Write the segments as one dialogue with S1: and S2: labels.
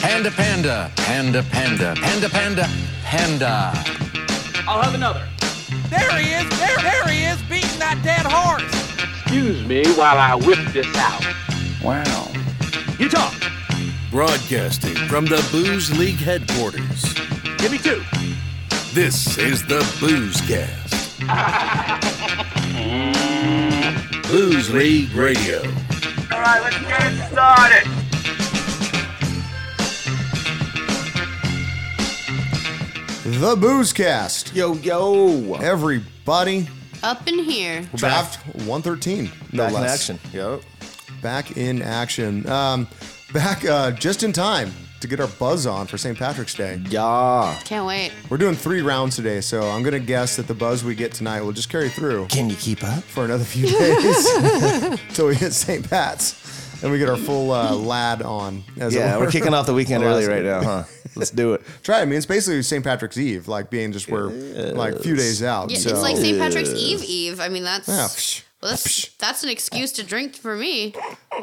S1: Panda, panda, panda, panda, panda, panda, panda.
S2: I'll have another.
S3: There he is! There, there he is, beating that dead horse!
S2: Excuse me while I whip this out.
S1: Wow.
S2: You talk.
S4: Broadcasting from the Booze League headquarters,
S2: Give me two.
S4: this is the Booze Cast. Booze League Radio.
S5: All right, let's get it started.
S6: The Boozecast.
S7: Yo, yo.
S6: Everybody,
S8: Up in here.
S6: draft 113. No
S7: Back in
S6: less.
S7: action. Yo.
S6: Back in action. Um, back uh, just in time to get our buzz on for St. Patrick's Day.
S7: Yeah.
S8: Can't wait.
S6: We're doing three rounds today, so I'm going to guess that the buzz we get tonight will just carry through
S7: Can you keep up?
S6: for another few days until we hit St. Pat's and we get our full uh, lad on. As it
S7: Yeah, we're
S6: were.
S7: kicking off the weekend
S6: Last
S7: early right
S6: week.
S7: now, huh? Let's do it.
S6: Try it. I mean, it's basically St. Patrick's Eve, like being just where, like, a few days out.
S8: Yeah,
S6: so.
S8: it's like St. Patrick's Eve Eve. I mean, that's
S6: Yeah, psh,
S8: well, that's, that's an excuse to drink for me.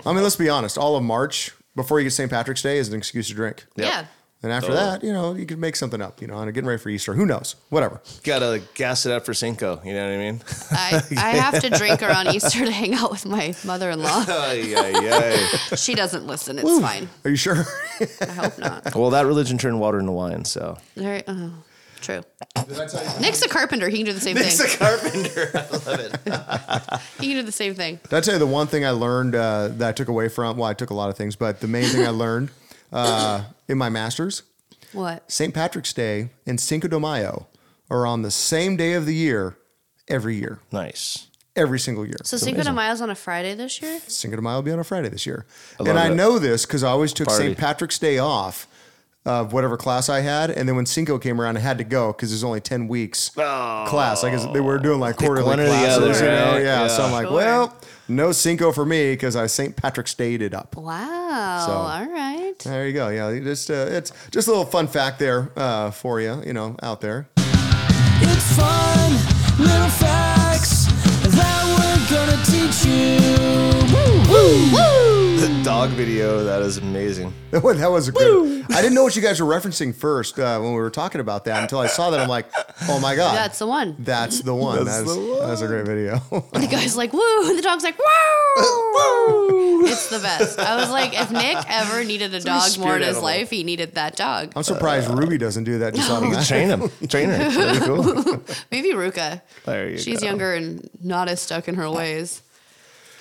S6: I mean, let's be honest. All of March before you get St. Patrick's Day is an excuse to drink.
S8: Yeah.
S6: And after that, you know, you could make something up, you know, and getting ready for Easter. Who knows? Whatever.
S7: Gotta gas it up for Cinco. You know what I mean?
S8: I, I have to drink around Easter to hang out with my mother-in-law.
S7: Ay, ay, ay.
S8: She doesn't listen. It's fine.
S6: Are you sure?
S8: I hope not.
S7: well, that religion turned water into wine, so.
S8: There, oh, true. Nick's a carpenter. He can do the same thing.
S7: carpenter. I love it.
S8: He can do the same thing.
S6: Did I tell you the one thing I learned uh, that I took away from? Well, I took a lot of things, but the main thing I learned uh, in my master's,
S8: What?
S6: St. Patrick's Day and Cinco de Mayo are on the same day of the year every year,
S7: Nice.
S6: every single year.
S8: So Cinco de Mayo's on a Friday this year?
S6: Cinco de Mayo will be on a Friday this year.
S7: love
S6: and I
S7: that.
S6: know this because I always took
S7: Party.
S6: St. Patrick's Day off of whatever class I had. And then when Cinco came around, I had to go because there's only 10 weeks class. I guess they were doing like quarterly
S7: one or the
S6: classes,
S7: other,
S6: you know?
S7: right?
S6: Yeah. So
S7: Yeah.
S6: I'm like,
S8: Sure.
S6: well, no Cinco for me because I St. Patrick's Dayed it up.
S8: Wow.
S6: So-
S8: All right.
S6: There you go. Yeah. you Just, uh, it's just a little fun fact there uh, for you, you know, out there.
S9: It's fun, little facts that we're gonna teach you.
S7: The dog video, that is amazing.
S6: That was- that was a good. I didn't know what you guys were referencing first uh, when we were talking about that until I saw that. I'm like, oh my God.
S8: That's the one.
S6: That's the one. That's, that's a great video.
S8: The guy's like, woo. The dog's like, woo. it's the best. I was like, if Nick ever needed a dog more in his life, he needed that dog.
S6: I'm surprised Ruby doesn't do that just automatically.
S7: Train him. Train her. That'd be cool.
S8: Maybe Ruka.
S7: There you
S8: She's
S7: go.
S8: younger and not as stuck in her ways.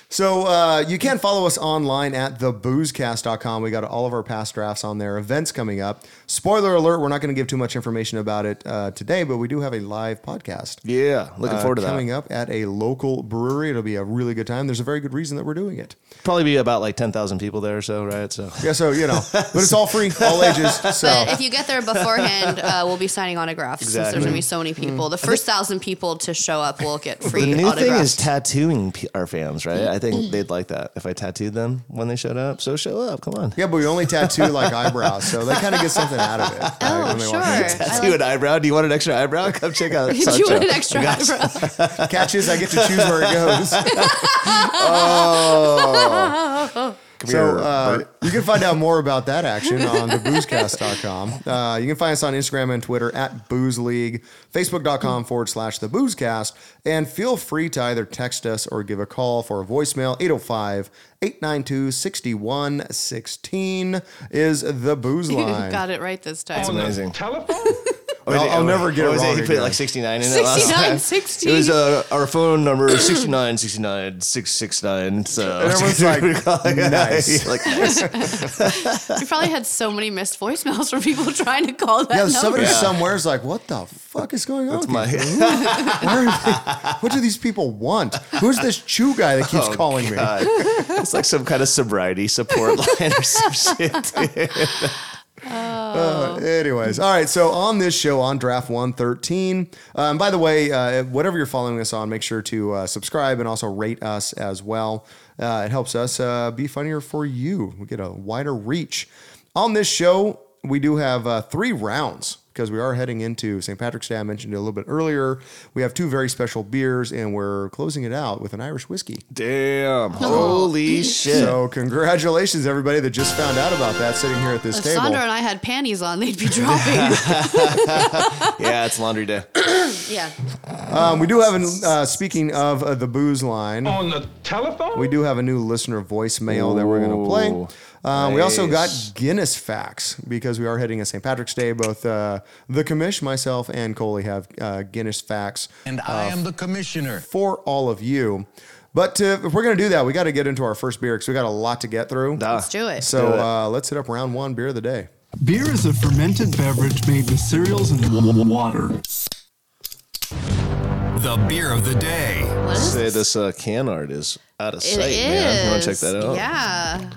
S6: So uh, you can follow us online at theboozecast.com. We got all of our past drafts on there. Events coming up. Spoiler alert: We're not going to give too much information about it uh, today, but we do have a live podcast.
S7: Yeah. Looking
S6: uh,
S7: forward to that.
S6: coming up at a local brewery. It'll be a really good time. There's a very good reason that we're doing it.
S7: Probably be about like 10,000 people there, so, right? So.
S6: Yeah, so you know, but it's all free, all ages. So
S8: But if you get there beforehand, uh, we'll be signing autographs since there's
S7: Exactly. Mm.
S8: going to be so many people. The first thousand people to show up will get free
S7: The new
S8: autographs. Mm-hmm.
S7: thing is tattooing p- our fans, right? I think they'd like that if I tattooed them when they showed up. So show up, come on.
S6: yeah, but we only tattoo like eyebrows, so they kind of get something out of it. right,
S8: Oh,
S6: when they
S8: sure.
S6: walk in.
S8: I
S7: Tattoo an eyebrow? Do you want an extra eyebrow? Come check out.
S8: like, do you want an extra eyebrow?
S6: Catches, I get to choose where it goes.
S8: Oh.
S6: So uh, you can find out more about that action on theboozecast.com. Uh, you can find us on Instagram and Twitter at Booze League, Facebook.com forward slash the boozecast, and feel free to either text us or give a call for a voicemail. 805 892 6116 is the booze
S8: You
S6: line.
S8: got it right this time.
S7: amazing.
S2: Telephone?
S6: I'll, I'll never get it
S7: What was
S6: wrong.
S7: He put
S6: again.
S7: like 69 in it last
S8: 69,
S7: time.
S8: 16.
S7: It was uh, our phone number 69 69 669. So
S6: And everyone's like, nice.
S7: like nice.
S8: you probably had so many missed voicemails from people trying to call that
S6: yeah,
S8: number.
S6: somebody somewhere's like, what the fuck is going on? with
S7: My,
S6: you? Why are they- what do these people want? Who's this chew guy that keeps calling me?
S7: God. It's like some kind of sobriety support line or some shit.
S6: Uh, Anyways, all right. So on this show, on Draft 113, um, by the way, uh, whatever you're following us on, make sure to uh, subscribe and also rate us as well. Uh, it helps us uh, be funnier for you. We get a wider reach. On this show, we do have uh, three rounds because we are heading into St. Patrick's Day. I mentioned it a little bit earlier. We have two very special beers, and we're closing it out with an Irish whiskey.
S7: Damn.
S8: Oh.
S7: Holy shit.
S6: So, congratulations, everybody that just found out about that sitting here at this
S8: If
S6: table.
S8: Uh, Sandra and I had panties on, they'd be dropping.
S7: yeah, it's laundry day.
S8: yeah.
S6: Um, we do have, an, uh, speaking of uh, the booze line,
S2: On the telephone?
S6: we do have a new listener voicemail that we're going to play.
S7: Ooh,
S6: Um, We also got
S7: nice.
S6: Guinness facts because we are heading to St. Patrick's Day. Both uh, the commish, myself, and Coley have uh, Guinness facts
S1: And I am the commissioner.
S6: for all of you. But to, if we're going to do that, we got to get into our first beer because we got a lot to get through.
S7: Duh.
S8: Let's do it.
S6: So
S7: do it.
S6: uh, let's hit up round one beer of the day.
S10: Beer is a fermented beverage made with cereals and water.
S4: The beer of the day.
S8: What is
S7: Say this uh, can art is out of
S8: It
S7: sight, man. You want to check
S8: is.
S7: that out?
S8: Yeah.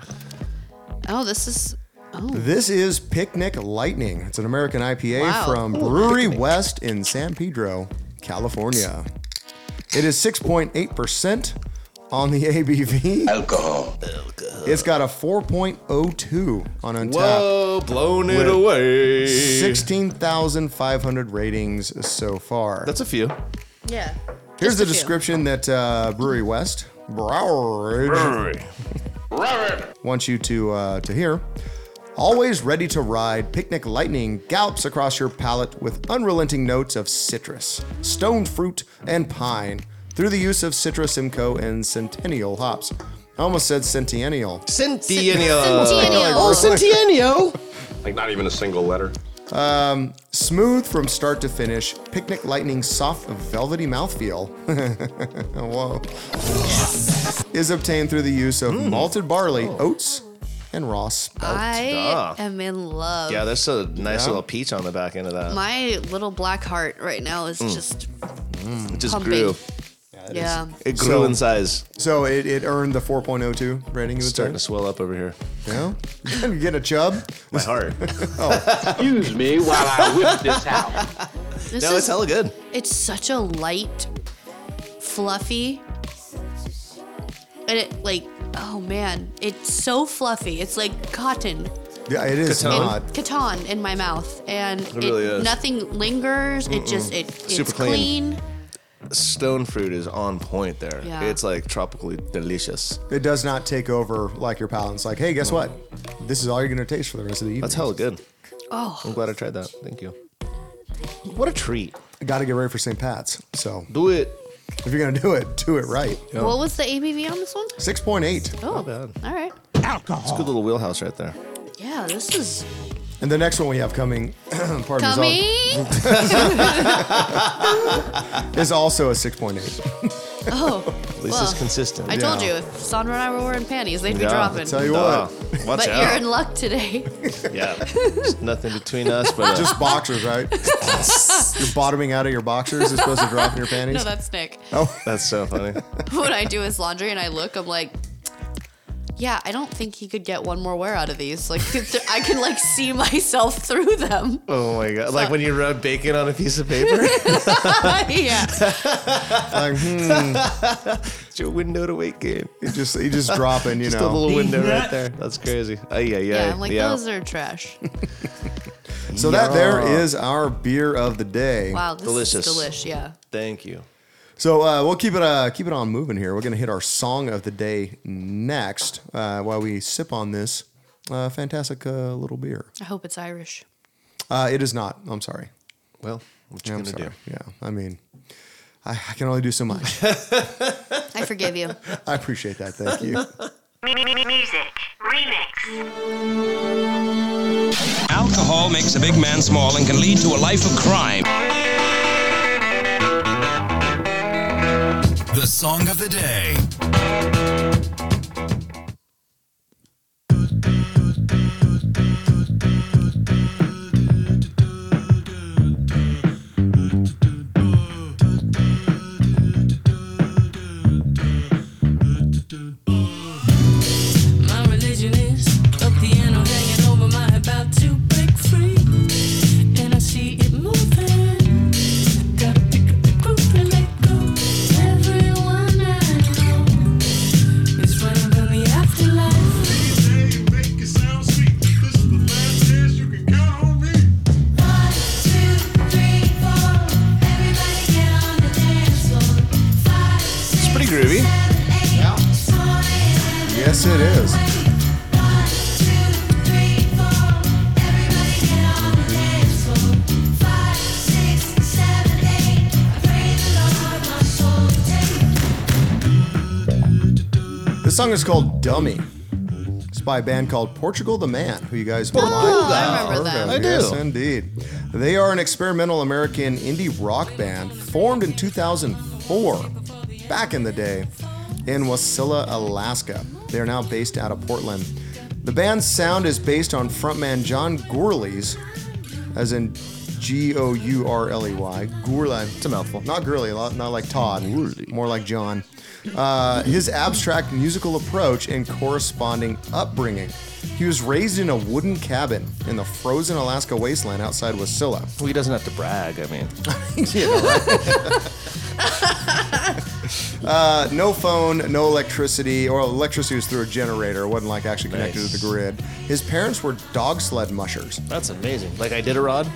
S8: Oh, this is. Oh,
S6: This is Picnic Lightning. It's an American IPA
S8: Wow.
S6: from Brewery West in San Pedro, California. It is 6.8% on the ABV. Alcohol. It's got a 4.02 on Untapped.
S7: Whoa, blown it
S6: With
S7: away.
S6: 16,500 ratings so far.
S7: That's a few.
S8: yeah.
S6: Here's
S8: Just
S6: the
S8: a few.
S6: description that uh, Brewery West Brewery wants you to uh, to hear. Always ready to ride, Picnic Lightning gallops across your palate with unrelenting notes of citrus, stone fruit, and pine through the use of citrus, Simcoe, and Centennial hops. I almost said Centennial.
S7: Centennial.
S8: Centennial.
S7: Oh, Centennial.
S11: Like not even a single letter.
S6: Smooth from start to finish, Picnic Lightning's soft, velvety mouthfeel Whoa. is obtained through the use
S7: Mm.
S6: of malted barley,
S7: Oh.
S6: oats, and raw spelt.
S8: I
S7: Duh.
S8: am in love.
S7: Yeah, there's a nice
S6: Yeah.
S7: little peach on the back end of that.
S8: My little black heart right now is just
S7: it just
S8: pumping.
S7: grew.
S8: yeah.
S7: Mm. It grew
S6: So-
S7: in size.
S6: So it, it earned the 4.02 rating. You
S7: It's
S6: would
S7: starting to
S6: say?
S7: swell up over here.
S6: Yeah. you get a chub.
S7: My heart.
S2: Excuse me while I whip this out.
S8: This
S7: no,
S8: is,
S7: it's hella good.
S8: it's such a light, fluffy, and it like oh man, it's so fluffy. It's like cotton.
S6: Yeah, it is
S7: Catan.
S6: not.
S8: and Catan in my mouth, and it
S7: really is.
S8: nothing lingers. It just it it's
S7: Super clean.
S8: clean.
S7: Stone fruit is on point there.
S8: Yeah.
S7: It's like tropically delicious.
S6: It does not take over like your palate. It's like, hey, guess what? This is all you're gonna taste for the rest of the evening.
S7: That's hella good. I'm
S8: Oh,
S7: glad I tried that. Thank you. What a treat.
S6: Got to get ready for St. Pat's. So
S7: Do it.
S6: if you're gonna do it, do it right.
S8: what was the ABV on this one?
S6: 6.8.
S8: Oh,
S7: bad.
S8: all right.
S7: It's a
S8: Oh.
S7: good little wheelhouse right there.
S8: Yeah, this is
S6: And the next one we have coming, pardon me, is al-
S8: coming.
S6: is also a 6.8.
S8: Oh,
S7: At least
S8: Well,
S7: it's consistent.
S8: I told
S6: Yeah.
S8: you, if Sandra and I were wearing panties, they'd be
S7: Yeah,
S8: dropping.
S6: tell you
S7: Duh.
S6: what.
S7: Watch
S8: but
S7: out.
S8: you're in luck today.
S7: yeah. There's nothing between us but uh, a
S6: Just boxers, right? you're bottoming out of your boxers. It's supposed to drop in your
S8: no,
S6: panties.
S8: that's Nick.
S7: That's so funny.
S8: When I do his laundry and I look, I'm like, yeah, I don't think he could get one more wear out of these. Like, I can like see myself through them.
S7: Oh my god. Like when you rub bacon on a piece of paper,
S8: yeah.
S6: like, hmm,
S7: it's your window to wake in.
S6: you just you just dropping, you
S7: Just a
S6: know.
S7: little window right there. That's crazy. Oh yeah, yeah.
S8: Yeah, I'm like, those are trash.
S6: So that there is our beer of the day.
S8: Wow, this
S7: Delicious.
S8: is delish, yeah.
S7: Thank you.
S6: So uh, we'll keep it uh, keep it on moving here. We're gonna hit our song of the day next uh, while we sip on this uh, fantastic uh, little beer.
S8: I hope it's Irish.
S6: Uh, it is not. I'm sorry.
S7: Well, what you
S6: I'm
S7: gonna
S6: sorry.
S7: do?
S6: Yeah, I mean, I, I can only do so much.
S8: I forgive you.
S6: I appreciate that. Thank you.
S5: Music. Remix.
S9: Alcohol makes a big man small and can lead to a life of crime.
S4: The song of the day.
S9: My religion is a piano hanging over my head, about to break free. And I see it moving. Gotta pick up the group and let go. Everyone I know is running from the afterlife.
S10: Make it sound sweet. This is the last chance you can count.
S6: it is. This song is called Dummy. It's by a band called Portugal the Man, who you guys might
S8: Oh, I remember
S6: heard
S8: them.
S6: of.
S7: I do.
S6: Yes, indeed. They are an experimental American indie rock band formed in 2004, back in the day, in Wasilla, Alaska. They are now based out of Portland. The band's sound is based on frontman John Gourley's, as in G O U R L E Y, Gourley. It's a mouthful. Not Gurley, lo- not like Todd. More like John. Uh, his abstract musical approach and corresponding upbringing. He was raised in a wooden cabin in the frozen Alaska wasteland outside Wasilla.
S7: Well, he doesn't have to brag. I mean,
S6: Uh, no phone, no electricity, or electricity was through a generator. It wasn't like actually connected
S7: Nice.
S6: to the grid. His parents were dog sled mushers.
S7: that's amazing. Like I did a rod.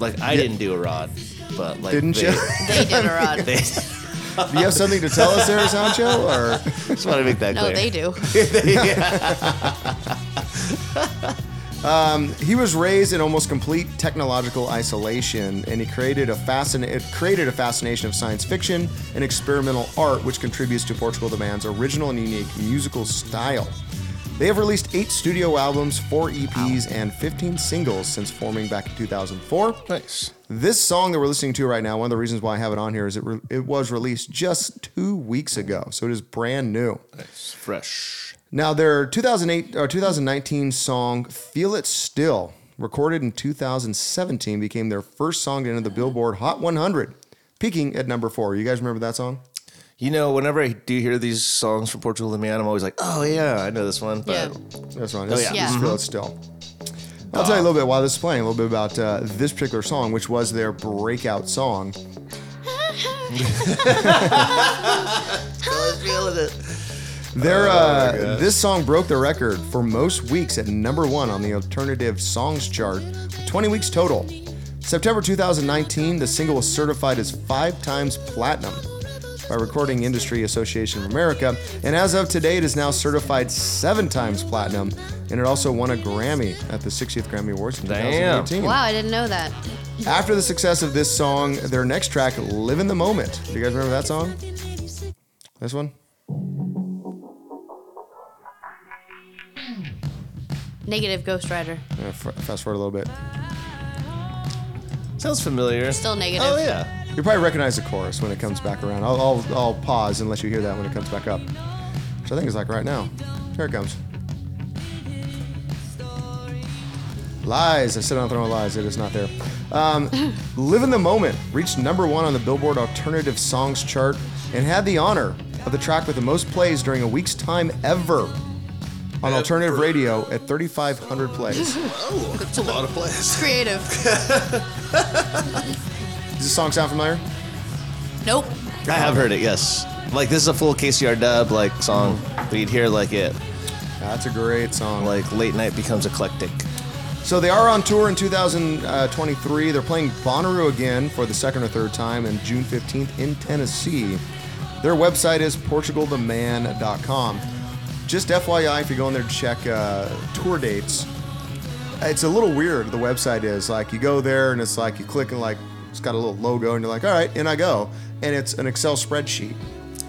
S7: Like I didn't do a rod, but like
S6: Didn't
S7: they,
S6: you?
S8: They did a rod.
S7: They
S6: Do you have something to tell us there, Sancho? Or
S7: just want to make that
S8: No,
S7: clear.
S8: they do.
S6: He was raised in almost complete technological isolation, and he created a fascin- it created a fascination of science fiction and experimental art, which contributes to Portugal the Man's original and unique musical style. They have released eight studio albums, four EPs, and 15 singles since forming back in 2004.
S7: Nice.
S6: This song that we're listening to right now, one of the reasons why I have it on here is it re- it was released just two weeks ago, so it is brand new.
S7: It's fresh.
S6: Now their 2008 or 2019 song "Feel It Still," recorded in 2017, became their first song into the Billboard Hot 100, peaking at number four. You guys remember that song?
S7: You know, whenever I do hear these songs from Portugal the Man, I'm always like, oh yeah, I know this one. But
S8: Yeah.
S6: That's one. It's,
S7: yeah.
S6: it's
S8: Yeah.
S6: "Feel It Still." I'll tell you a little bit while this is playing, a little bit about uh, this particular song, which was their breakout song.
S7: I was feeling it.
S6: Their uh, this song broke the record for most weeks at number one on the alternative songs chart, 20 weeks total. September 2019, the single was certified as five times platinum by Recording Industry Association of America, and as of today, it is now certified seven times platinum, and it also won a Grammy at the 60th Grammy Awards in
S7: Damn.
S6: 2018.
S8: Wow, I didn't know that.
S6: After the success of this song, their next track, "Live in the Moment," do you guys remember that song? This one.
S8: Negative Ghost Rider.
S6: Uh, f- fast forward a little bit.
S7: Sounds familiar.
S8: Still negative.
S7: Oh yeah.
S6: You probably recognize the chorus when it comes back around. I'll, I'll, I'll pause and let you hear that when it comes back up. Which I think is like right now. Here it comes. Lies. I sit on the throne of lies. It is not there. Um, Live in the Moment reached number one on the Billboard Alternative Songs chart and had the honor of the track with the most plays during a week's time ever on alternative radio at 3,500 plays. Does
S7: That's a lot of plays.
S8: Creative.
S6: this song sound familiar?
S8: Nope.
S7: I have heard it. Yes. Like this is a full KCR dub like song, but you'd hear like it
S6: That's a great song.
S7: like late night becomes eclectic.
S6: So they are on tour in 2023. They're playing Bonnaroo again for the second or third time on June 15th in Tennessee. Their website is portugaltheman.com. Just FYI, if you go on there to check uh, tour dates, it's a little weird. The website is like you go there and it's like you click and like it's got a little logo and you're like, all right, in I go, and it's an Excel spreadsheet.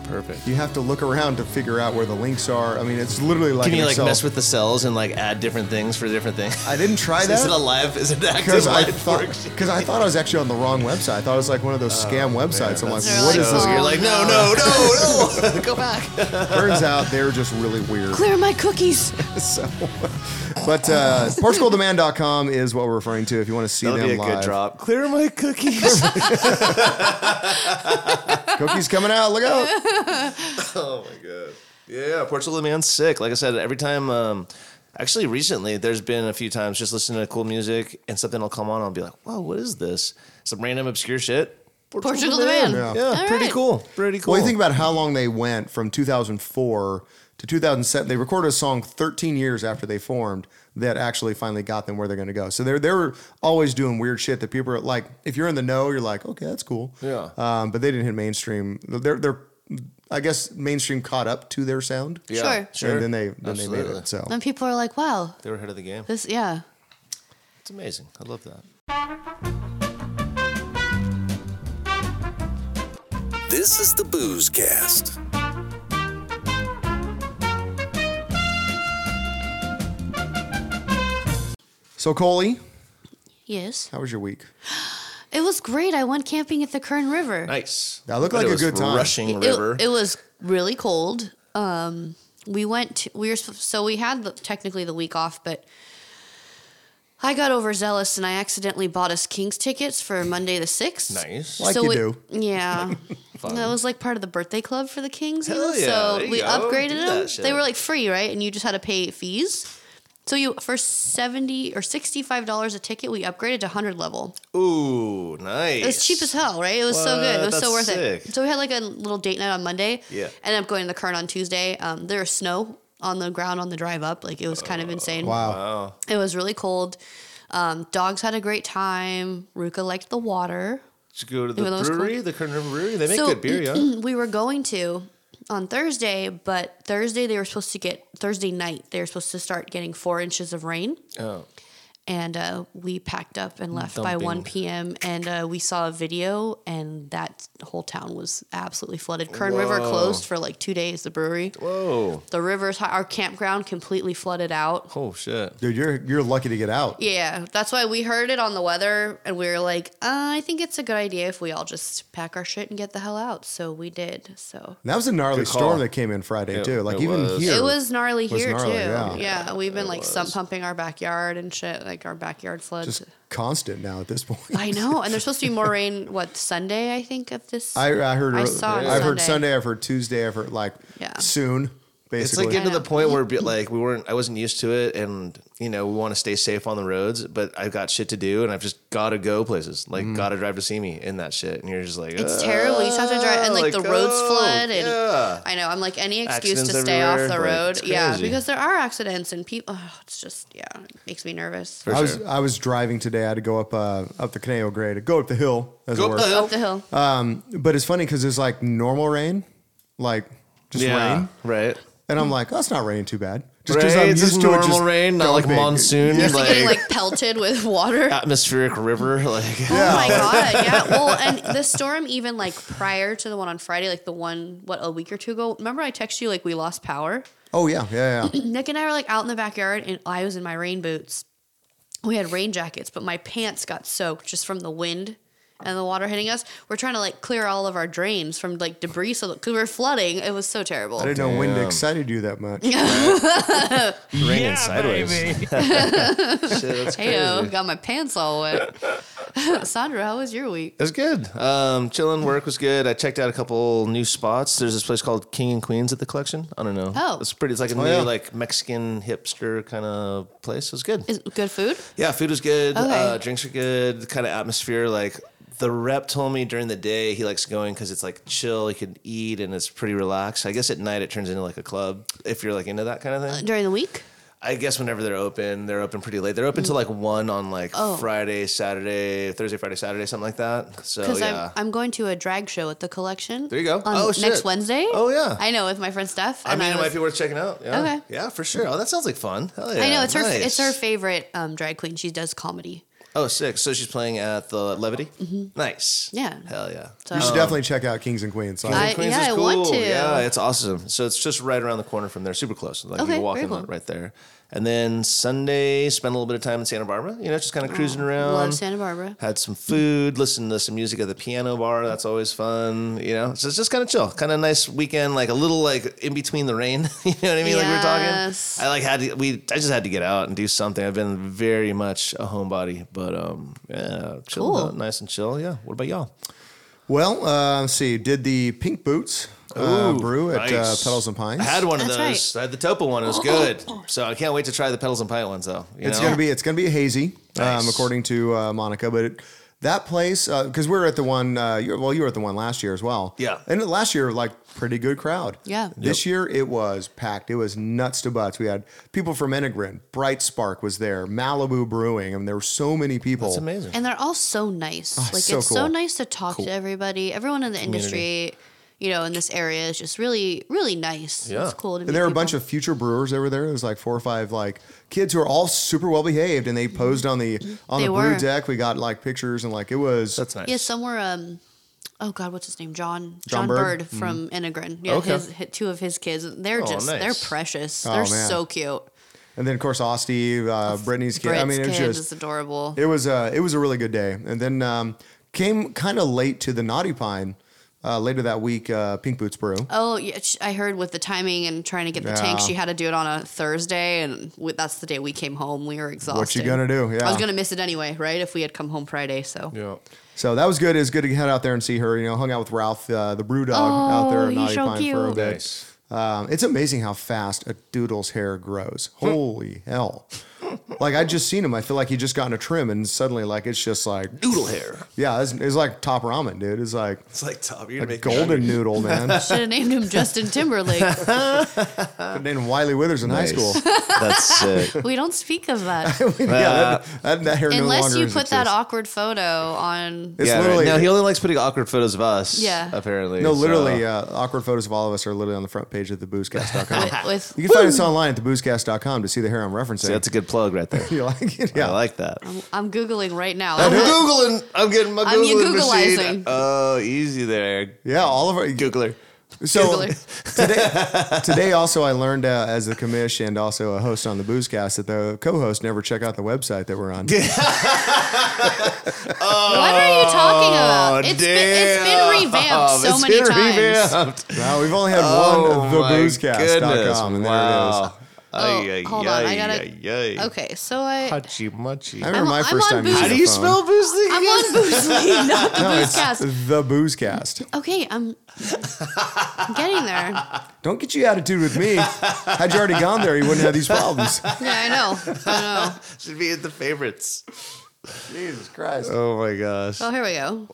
S7: Perfect.
S6: You have to look around to figure out where the links are. I mean, it's literally like
S7: Can you
S6: an
S7: like
S6: Excel.
S7: mess with the cells and like add different things for different things?
S6: I didn't try that.
S7: Is it alive? Is it active?
S6: Because I
S7: live
S6: thought,
S7: worksheet?
S6: because I thought I was actually on the wrong website. I thought it was like one of those
S7: Oh,
S6: scam websites. I'm like,
S8: They're
S6: what
S8: like,
S6: is this?
S8: "Oh,
S7: You're like, no, no, no, no. Go back.
S6: Turns out they're just really weird.
S8: Clear my cookies.
S6: So, but uh, PortugalTheMan.com is what we're referring to. If you want to see
S7: That'll
S6: them
S7: be a
S6: live,
S7: good drop. Clear my cookies.
S6: cookies coming out. Look out!
S7: oh my god. Yeah, Portugal the Man's sick. Like I said, every time um actually recently there's been a few times just listening to cool music and something will come on, I'll be like, Whoa, what is this? Some random obscure shit.
S8: Portugal the Man.
S6: Yeah.
S7: Yeah,
S8: All
S7: pretty
S8: right.
S7: cool. Pretty cool.
S6: Well, you think about how long they went from 2004 to 2007. They recorded a song 13 years after they formed that actually finally got them where they're going to go. So they're they're always doing weird shit that people are like, if you're in the know, you're like, okay, that's cool.
S7: Yeah.
S6: Um, but they didn't hit mainstream. Their their I guess mainstream caught up to their sound.
S7: Yeah, Sure. sure.
S6: And then they then they made
S7: Absolutely.
S6: it. So
S8: Then people are like, wow,
S7: They were ahead of the game.
S8: this, yeah.
S7: It's amazing. I love that.
S4: This is the Booze Cast.
S6: so Coley,
S8: Yes.
S6: how was your week?
S8: It was great. I went camping at the Kern River.
S7: Nice.
S6: That looked
S7: But
S6: like
S7: it
S6: a
S7: was
S6: good time.
S7: Rushing
S8: It-
S7: river.
S8: It, was really cold. Um, we went. To, we were sup- so we had the, technically the week off, but I got overzealous and I accidentally bought us Kings tickets for Monday the sixth.
S7: nice.
S6: Like you do.
S8: Yeah. That was like part of the birthday club for the Kings. you know?
S7: Hell yeah, there
S8: so
S7: you
S8: we
S7: go.
S8: upgraded
S7: Do
S8: them.
S7: that
S8: They
S7: shit.
S8: were like free, right? And you just had to pay fees. So you for seventy or sixty-five dollars a ticket, we upgraded to hundred level.
S7: Ooh, nice.
S8: It was cheap as hell, right? It was so good. It
S7: What?
S8: was so
S7: That's
S8: worth
S7: sick.
S8: it. So we had like a little date night on Monday.
S7: Yeah.
S8: Ended up going to the Kern on Tuesday. Um, there was snow on the ground on the drive up. Like it was kind
S7: Oh,
S8: of insane.
S6: Wow.
S8: It was really cold. Um, dogs had a great time. Ruka liked the water.
S7: Did you go to the
S8: Even though it was
S7: brewery, the Kern River Brewery? They make
S8: So-
S7: good beer, yeah.
S8: We were going to on Thursday, but Thursday they were supposed to get Thursday night they were supposed to start getting four inches of rain.
S7: oh.
S8: and uh, we packed up and left by 1
S7: Dumping.
S8: p.m. and uh, we saw a video and that whole town was absolutely flooded. Kern River closed for like two days. The brewery,
S7: Whoa.
S8: the river's hi- our campground completely flooded out.
S7: Oh shit.
S6: Dude, you're you're lucky to get out.
S8: Yeah, that's why we heard it on the weather and we were like, uh, I think it's a good idea if we all just pack our shit and get the hell out. So we did. So
S6: And that was a gnarly
S7: Good call.
S6: storm that came in Friday
S7: It-
S6: too. Like
S7: it
S6: even
S7: was.
S6: here,
S8: It was gnarly
S6: was
S8: here
S6: gnarly,
S8: too.
S6: yeah.
S8: Yeah, we've been like sump pumping our backyard and shit. Like our backyard floods.
S6: just constant now at this point.
S8: I know, and there's supposed to be more rain. What Sunday? I think of this.
S6: I, I heard.
S8: I saw
S6: I've
S8: on
S6: heard
S8: Sunday.
S6: Sunday. I've heard Tuesday. I've heard like
S8: Yeah.
S6: soon.
S7: It's
S6: Basically,
S7: like getting to the
S8: know.
S7: point where be- like we weren't I wasn't used to it and you know, we want to stay safe on the roads, but I've got shit to do and I've just gotta go places. Like
S6: Mm.
S7: gotta drive to see me in that shit. And you're just like
S8: it's terrible. You just have to drive, and like,
S7: like,
S8: the roads
S7: oh,
S8: flood. And
S7: yeah.
S8: I know. I'm like any excuse
S7: Accidents
S8: to stay
S7: everywhere,
S8: off the
S7: like,
S8: road.
S7: it's
S8: yeah,
S7: crazy.
S8: because there are accidents and people. Oh, it's just yeah, it makes me nervous.
S7: For
S6: I was
S7: sure.
S6: I was driving today. I had to go up uh, up the Caneo grade, go up the hill as
S7: Go
S6: it
S7: up
S6: were.
S7: the hill.
S8: Up the hill.
S6: But it's funny because it's like normal rain, like just
S7: yeah,
S6: rain,
S7: Right.
S6: and I'm like, oh, it's not raining too bad. Just
S7: Right?
S6: 'cause I'm
S7: it's
S6: used
S7: just
S6: to it,
S7: normal
S6: just
S7: rain, not
S6: go
S7: like
S6: big.
S7: monsoon,
S8: Getting
S7: like
S8: like pelted with water.
S7: atmospheric river, like
S8: Oh my god! Yeah. Well, and the storm even like prior to the one on Friday, like the one what a week or two ago. Remember, I texted you like we lost power.
S6: Oh yeah, yeah, yeah.
S8: Nick and I were like out in the backyard, and I was in my rain boots. We had rain jackets, but my pants got soaked just from the wind and the water hitting us. We're trying to like clear all of our drains from like debris, so because we are flooding, it was so terrible.
S6: I didn't know wind excited you that much.
S7: raining sideways. Shit, that's
S8: Hey,
S7: crazy.
S8: got my pants all wet. Sandra, how was your week?
S7: It was good. Um, chilling work was good. I checked out a couple new spots. There's this place called King and Queens at the collection. I don't know.
S8: Oh.
S7: it's pretty. It's like a new
S6: yeah.
S7: like Mexican hipster kind of place. It was good.
S8: Is good food?
S7: yeah, food was good.
S8: Okay.
S7: Uh, drinks were good. Kind of atmosphere. Like the rep told me during the day he likes going because it's like chill. He can eat and it's pretty relaxed. I guess at night it turns into like a club if you're like into that kind of thing.
S8: During the week?
S7: I guess whenever they're open, they're open pretty late. They're open till like one on like
S8: Mm. Oh.
S7: Friday, Saturday, Thursday, Friday, Saturday, something like that. So
S8: Because
S7: yeah,
S8: I'm, I'm going to a drag show at the collection.
S7: There you go.
S8: On
S7: Oh,
S8: next
S7: shit.
S8: Wednesday.
S7: Oh, yeah.
S8: I know with my friend Steph.
S7: I
S8: and
S7: mean, it
S8: was-
S7: might be worth checking out. Yeah.
S8: Okay.
S7: Yeah, for sure. Oh, that sounds like fun. Hell yeah.
S8: I know it's her
S7: Nice.
S8: it's her favorite um, drag queen. She does comedy.
S7: Oh, sick. So she's playing at the Levity. Mm-hmm. Nice.
S8: Yeah.
S7: Hell yeah.
S8: So
S6: You should definitely check out Kings and Queens. So
S8: I-
S7: Queens
S8: yeah,
S7: is
S8: I
S7: cool.
S8: want to.
S7: Yeah, it's awesome. So it's just right around the corner from there, super close. Like
S8: Okay,
S7: you walk
S8: very
S7: in
S8: cool.
S7: right there. And then Sunday, spend a little bit of time in Santa Barbara. You know, just kind of cruising around.
S8: love Santa Barbara.
S7: Had some food, listened to some music at the piano bar. That's always fun. You know, so it's just kind of chill, kind of nice weekend. Like a little like in between the rain. you know what I mean? Like we were
S8: Yes.
S7: talking. I like had to, we. I just had to get out and do something. I've been very much a homebody, but um, yeah, chill,
S8: Cool.
S7: out, nice and chill. Yeah. What about y'all?
S6: Well, uh, let's see. Did the Pink Boots uh,
S7: Ooh,
S6: brew at uh,
S7: nice.
S6: Petals and Pines?
S7: I had one of
S8: That's Oh.
S7: those. I had the Topo one. It was good. So I can't wait to try the Petals and Pint ones though. you
S6: It's
S7: know?
S6: gonna be it's gonna be hazy,
S7: Nice.
S6: um, according to uh, Monica. But it, that place, because we were at the one, uh, you well, you were at the one last year as well.
S7: Yeah.
S6: and last year like pretty good crowd.
S8: Yeah.
S6: This year it was packed. It was nuts to butts. We had people from Enegrin, Bright Spark was there, Malibu Brewing. I mean, there were so many people.
S7: It's amazing. Oh,
S8: And they're all so nice. like
S6: so
S8: it's
S6: cool.
S8: so nice to talk to everybody. Everyone in the industry. you know, in this area is just really, really nice.
S7: Yeah.
S8: It's cool to meet
S6: And there were a
S8: people.
S6: bunch of future brewers that were there. There was like four or five like kids who are all super well behaved, and they posed on the on
S8: They
S6: the brew
S8: were.
S6: deck. We got like pictures, and like it was
S7: That's nice.
S8: Yeah, somewhere. Um, oh God, what's his name? John
S6: John
S8: John,
S6: Bird?
S8: Bird, from Integrin. Yeah,
S7: Mm-hmm. Okay.
S8: his, hi- two of his kids. They're
S7: Oh,
S8: just
S7: nice.
S8: they're precious.
S6: Oh,
S8: they're
S6: man.
S8: so cute.
S6: And then of course Austie, uh, Brittany's kid. I
S8: Brit's
S6: mean, it was
S8: kid
S6: just
S8: is adorable.
S6: it was a it was a really good day. And then um, came kind of late to the Naughty Pine uh, later that week. Uh, Pink Boots Brew.
S8: Oh, yeah, sh- I heard with the timing and trying to get the tank,
S6: Yeah.
S8: she had to do it on a Thursday, and we, that's the day we came home. We were exhausted.
S6: gonna do?
S8: I was
S6: Yeah.
S8: gonna miss it anyway, right? If we had come home Friday, so
S7: Yeah.
S6: So that was good. It was good to head out there and see her. You know, hung out with Ralph, uh, the brew dog, out there
S8: Oh,
S6: at
S8: he's
S6: Naughty
S8: so
S6: Pine for a
S8: cute.
S6: bit.
S7: Nice.
S6: Um, it's amazing how fast a doodle's hair grows. Holy hell! Like I just seen him. I feel like he just got in a trim, and suddenly, like it's just like,
S7: Noodle hair.
S6: yeah, it's, it's like top ramen, dude. It's like
S7: It's like top. You're
S6: a
S7: gonna make
S6: golden noodle, man.
S8: should have named him Justin Timberlake.
S6: Named Wiley Withers in high school.
S7: That's sick.
S8: we don't speak of that
S6: yeah, that, that, that hair no
S8: unless
S6: longer
S8: you put that
S6: exists.
S8: awkward photo on.
S6: It's
S7: yeah,
S6: literally
S7: right. No, he only likes putting awkward photos of us.
S8: Yeah.
S7: Apparently.
S6: no,
S7: so-
S6: literally uh, awkward photos of all of us are literally on the front page of theboozecast.com.
S8: with, with
S6: you can find us online at theboozecast.com to see the hair I'm referencing.
S7: See, that's a good plug right there.
S6: you like it?
S7: I
S6: Yeah.
S7: like that.
S8: I'm googling right now.
S7: I'm googling. I'm getting my
S8: I'm
S7: googling
S8: Googleizing.
S7: machine. Oh, easy there,
S6: yeah, all of our
S7: Googler.
S6: So
S8: Googler.
S6: today, today also I learned uh, as the commish and also a host on the boozecast that the co-host never check out the website that we're on.
S8: what are you talking about? It's been, it's
S6: Oh,
S7: damn.
S8: been revamped so
S7: It's
S8: many
S7: been
S8: times.
S7: revamped.
S6: Wow, we've only had
S7: Oh
S6: one
S7: my
S6: theboozecast.com, and
S7: goodness,
S6: there it is.
S7: wow.
S8: Oh,
S7: Ay, ay,
S8: hold on, I gotta-
S7: ay, ay, ay.
S8: Okay, so I
S7: Hachi machi.
S6: I remember my
S8: I'm- I'm
S6: 1st
S8: on
S6: time. using
S8: Booze-
S7: How
S6: the
S7: do you
S6: phone.
S7: spell booze league
S8: I'm
S7: again?
S8: on Booze League, not the Booze Cast.
S6: The boozecast.
S8: Okay, I'm I'm getting there. Yeah,
S6: Don't get your attitude with me. Had you already gone there, you wouldn't have these problems.
S8: I know. I know.
S7: Should be in the favorites.
S6: Jesus Christ.
S7: Oh my gosh.
S8: Oh, here we go.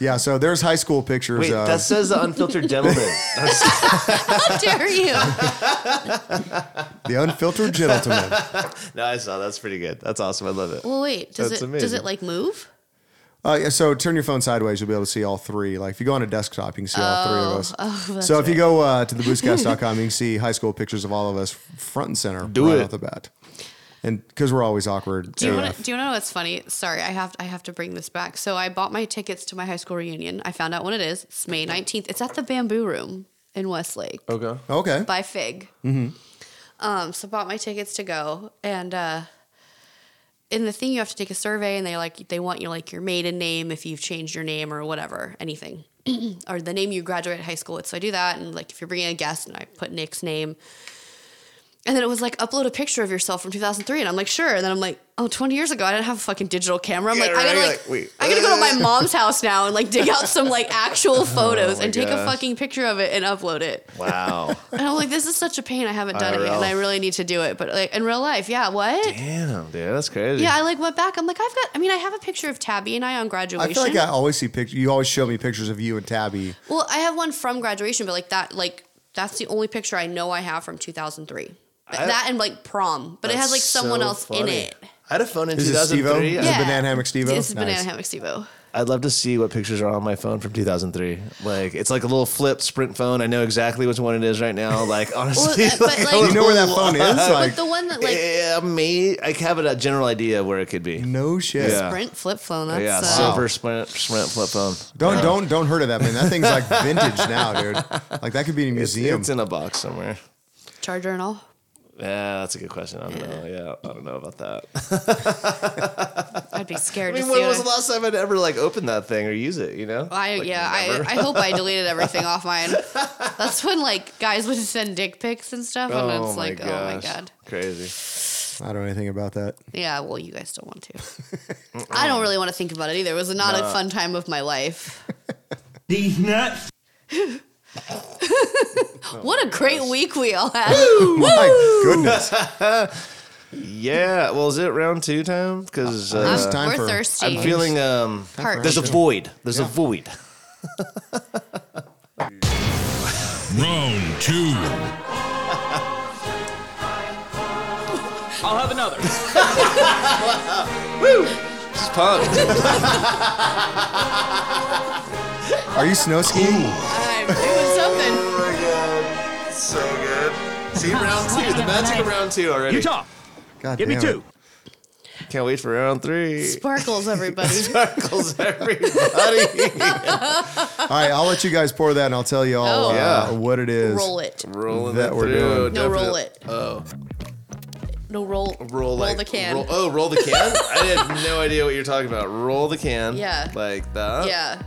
S6: Yeah, so there's high school pictures.
S7: Wait,
S6: of,
S7: that says the unfiltered gentleman.
S8: How dare you?
S6: the unfiltered gentleman.
S7: no, I saw. That's pretty good. That's awesome. I love it.
S8: Well, wait. Does
S7: That's
S8: it does
S7: amazing.
S8: it like move?
S6: Uh, yeah, so turn your phone sideways, you'll be able to see all three. Like if you go on a desktop, you can see all three
S8: Oh,
S6: of us. so if you go uh, to theboostcast.com, you can see high school pictures of all of us front and center
S7: Do
S6: right
S7: it.
S6: off the bat. And because we're always awkward. uh,
S8: Do you
S6: AF.
S8: want to? Do you know what's funny? Sorry, I have I have to bring this back. So I bought my tickets to my high school reunion. I found out when it is. It's May nineteenth. It's at the Bamboo Room in Westlake.
S7: Okay. Mm-hmm.
S6: okay.
S8: by Fig. Um, so bought my tickets to go, and uh, in the thing you have to take a survey, and they like they want you like your maiden name if you've changed your name or whatever, anything, or the name you graduated high school with. So I do that, and like if you're bringing a guest, and I put Nick's name. And then it was like upload a picture of yourself from 2003, and I'm like, sure. And then I'm like, oh, 20 years ago, I didn't have a fucking digital camera. I'm
S7: Yeah,
S8: like,
S7: right,
S8: I gotta
S7: you're
S8: like,
S7: like, wait, Oh
S8: I gotta go to my mom's house now and like dig out some like actual photos
S7: my
S8: and take a
S7: gosh.
S8: fucking picture of it and upload it.
S7: Wow.
S8: And I'm like, this is such a pain. I haven't done it yet,
S7: IRL.
S8: and I really need to do it. But like in real life, yeah, what?
S7: Damn, dude, that's crazy.
S8: Yeah, I like went back. I'm like, I've got. I mean, I have a picture of Tabby and I on graduation.
S6: I feel like I always see pictures. You always show me pictures of you and Tabby.
S8: well, I have one from graduation, but like that, like that's the only picture I know I have from 2003. But
S7: I-
S8: that and like prom, but it has
S7: That's
S8: like someone
S7: so
S8: else in
S7: funny.
S8: it.
S7: I had a phone in
S6: Is it Steve-O?
S7: 2003.
S6: Is it
S8: Yeah.
S6: Banana Hammock Steve-O?
S8: This is
S6: Nice.
S8: Banana Hammock Stevo.
S7: I'd love to see what pictures are on my phone from 2003. Like, it's like a little flip Sprint phone. I know exactly which one it is right now. Like, honestly,
S8: uh, but, like-
S7: I
S6: You know where that
S7: was-
S6: phone is? Like,
S8: But the one that like
S7: yeah, me. I have a general idea where it could be.
S6: no shit.
S7: Yeah.
S8: Sprint flip phone. That's
S7: yeah,
S8: uh,
S7: silver Sprint Sprint flip phone.
S6: Don't don't don't hurt of that man. That thing's like vintage now, dude. Like that could be in a
S7: It's,
S6: museum.
S7: it's in a box somewhere.
S8: charger and all.
S7: Yeah, that's a good question. I don't know. Yeah, I don't know about that.
S8: I'd be scared
S7: I
S8: to
S7: mean,
S8: see.
S7: when was
S8: what
S7: the last time I'd ever like open that thing or use it? You know?
S8: I
S7: Like,
S8: yeah, I,
S7: never.
S8: I hope I deleted everything off mine. That's when like guys would send dick pics and stuff, and
S7: Oh
S8: it's
S7: my
S8: like, oh my
S7: gosh.
S8: god,
S7: Crazy.
S6: I don't know anything about that.
S8: yeah. Well, you guys don't want to. I don't really want to think about it either. It was not a fun time of my life.
S10: These nuts.
S7: Oh
S8: what a great week we all had.
S6: My goodness.
S7: Yeah. Well, is it round two time? Because uh,
S8: Um,
S6: It's time
S8: we're
S6: for-
S8: thirsty.
S7: I'm feeling um.
S8: Heart.
S7: There's a void. There's a void.
S4: Round two.
S3: I'll have another.
S7: She's pumped.
S6: Are you snow skiing?
S12: I'm doing something.
S7: Oh my god, so good. See round two, the magic of round two already.
S2: Utah.
S6: God
S7: Give me
S6: damn
S7: two. Can't wait for round three.
S8: Sparkles, everybody.
S7: Sparkles, everybody.
S6: All right, I'll let you guys pour that, and I'll tell you all
S8: Oh.
S6: uh,
S7: Yeah.
S6: what it is.
S8: Roll it.
S7: Rolling
S6: That
S7: it
S6: we're
S7: through,
S6: doing.
S8: No, roll
S7: definite-
S8: it.
S7: Oh,
S8: No, roll.
S7: roll, like,
S8: the can.
S7: roll- oh, roll the can. I had no idea what you're talking about. Roll the can.
S8: Yeah.
S7: Like that.
S8: Yeah.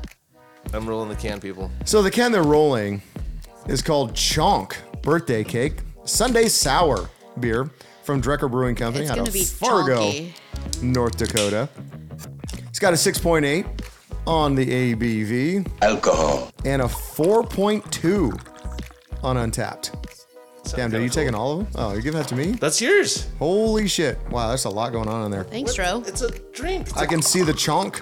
S7: I'm rolling the can, people.
S6: So the can they're rolling is called Chonk Birthday Cake Sunday Sour Beer from Drecker Brewing Company
S8: It's
S6: out
S8: going
S6: of
S8: to be
S6: Fargo,
S8: chonky.
S6: North Dakota. It's got a 6.8 on the ABV. Alcohol. And a 4.2 on Untapped. Damn, dude, you taking all of them? Oh, you're giving that to me?
S7: That's yours.
S6: Holy shit. Wow, that's a lot going on in there.
S8: Thanks, Ro.
S7: It's a drink. It's
S6: I
S7: a-
S6: can see the chonk.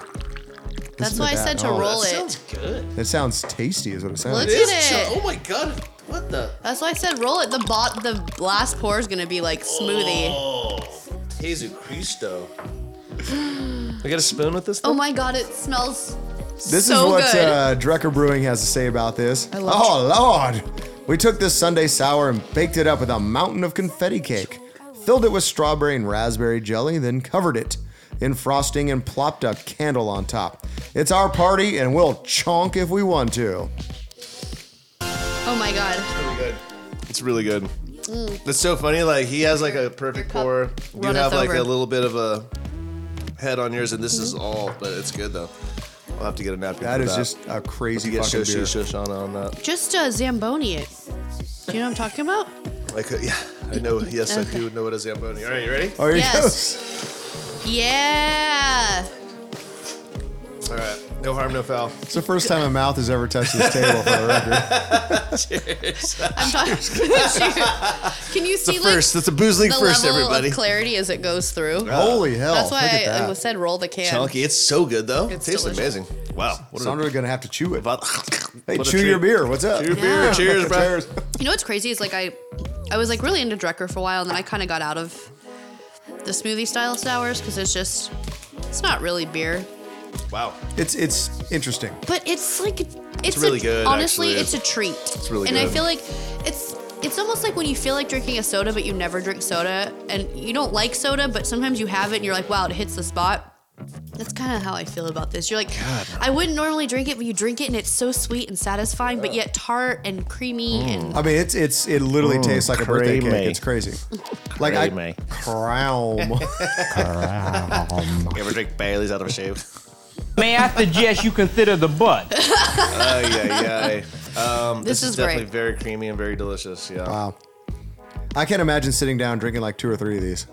S8: That's
S6: Isn't
S8: why I
S6: it bad?
S8: said to
S6: Oh,
S8: roll
S7: that
S8: it.
S7: sounds good.
S6: It sounds tasty, is what it sounds.
S8: Look
S7: It is
S8: at
S7: cho-
S8: it.
S7: Oh my god. What the?
S8: That's why I said roll it. The bot, the last pour is gonna be like smoothie. Oh,
S7: Jesus Cristo. I got a spoon with this. Thing?
S8: Oh my god, it smells.
S6: This
S8: so
S6: is what
S8: good.
S6: uh, Drecker Brewing has to say about this.
S8: love
S6: oh, Lord. We took this Sunday sour and baked it up with a mountain of confetti cake, filled it with strawberry and raspberry jelly, then covered it in frosting and plopped a candle on top. It's our party, and we'll chonk if we want to.
S8: oh my god.
S7: It's really good. It's so funny. Like he has like a perfect
S8: Your
S7: pour.
S8: Mm. cup
S7: You
S8: runneth
S7: have like
S8: over. Mm-hmm.
S7: a little bit of a head on yours, and this is all. But it's good though. I'll have to get a napkin.
S6: That
S7: for
S6: is
S7: that.
S6: just a crazy
S7: You get
S6: fucking
S7: Shoshi
S6: beer.
S7: Shoshana on that.
S8: Just uh, zamboni it. Do you know what I'm talking about?
S7: I could, uh, yeah, I know. Yes, I do know what a zamboni. All right, you ready?
S6: Oh, here
S8: Yes.
S6: it goes.
S8: Yeah.
S7: All right. No harm, no foul.
S6: It's the first time a mouth has ever touched this table for the record.
S8: I'm talking. Can you see like
S7: First, that's a booze league
S8: the
S7: first,
S8: level
S7: everybody.
S8: of clarity as it goes through?
S6: Holy hell.
S8: That's why
S6: Oh, Look at
S8: I
S6: that.
S8: almost said roll the can.
S7: Chunky. It's so good though.
S8: It's
S7: it tastes
S8: delicious.
S7: amazing. Wow. What a-
S6: Sandra gonna have to chew it. Hey,
S7: what a
S6: chew your
S7: treat.
S6: beer. What's up?
S7: Chew your beer.
S8: Yeah.
S7: Cheers, bro.
S8: You know what's crazy is like I, I was like really into Drecker for a while, and then I kind of got out of the smoothie style sours because it's just it's not really beer,
S7: Wow.
S6: It's it's interesting.
S8: but it's like it's,
S7: really
S8: a,
S7: good,
S8: Honestly,
S7: actually.
S8: it's a treat. It's
S7: really
S8: and I
S7: good.
S8: feel like it's it's almost like when you feel like drinking a soda, but you never drink soda, and you don't like soda, but sometimes you have it, and you're like, wow, it hits the spot. That's kind of how I feel about this. You're like, I wouldn't normally drink it, but you drink it, and it's so sweet and satisfying, but yet tart and creamy
S7: Mm.
S8: and
S6: I mean, it's it's it literally tastes like a birthday
S2: creamy.
S6: cake. It's crazy. Like I
S7: Creamy.
S6: crown.
S7: You ever drink Bailey's out of shape?
S3: May I suggest you consider the butt?
S7: Oh yeah, yeah. Um,
S8: This
S7: this,
S8: is
S7: is definitely
S8: great.
S7: very creamy and very delicious. Yeah.
S6: wow. I can't imagine sitting down drinking like two or three of these.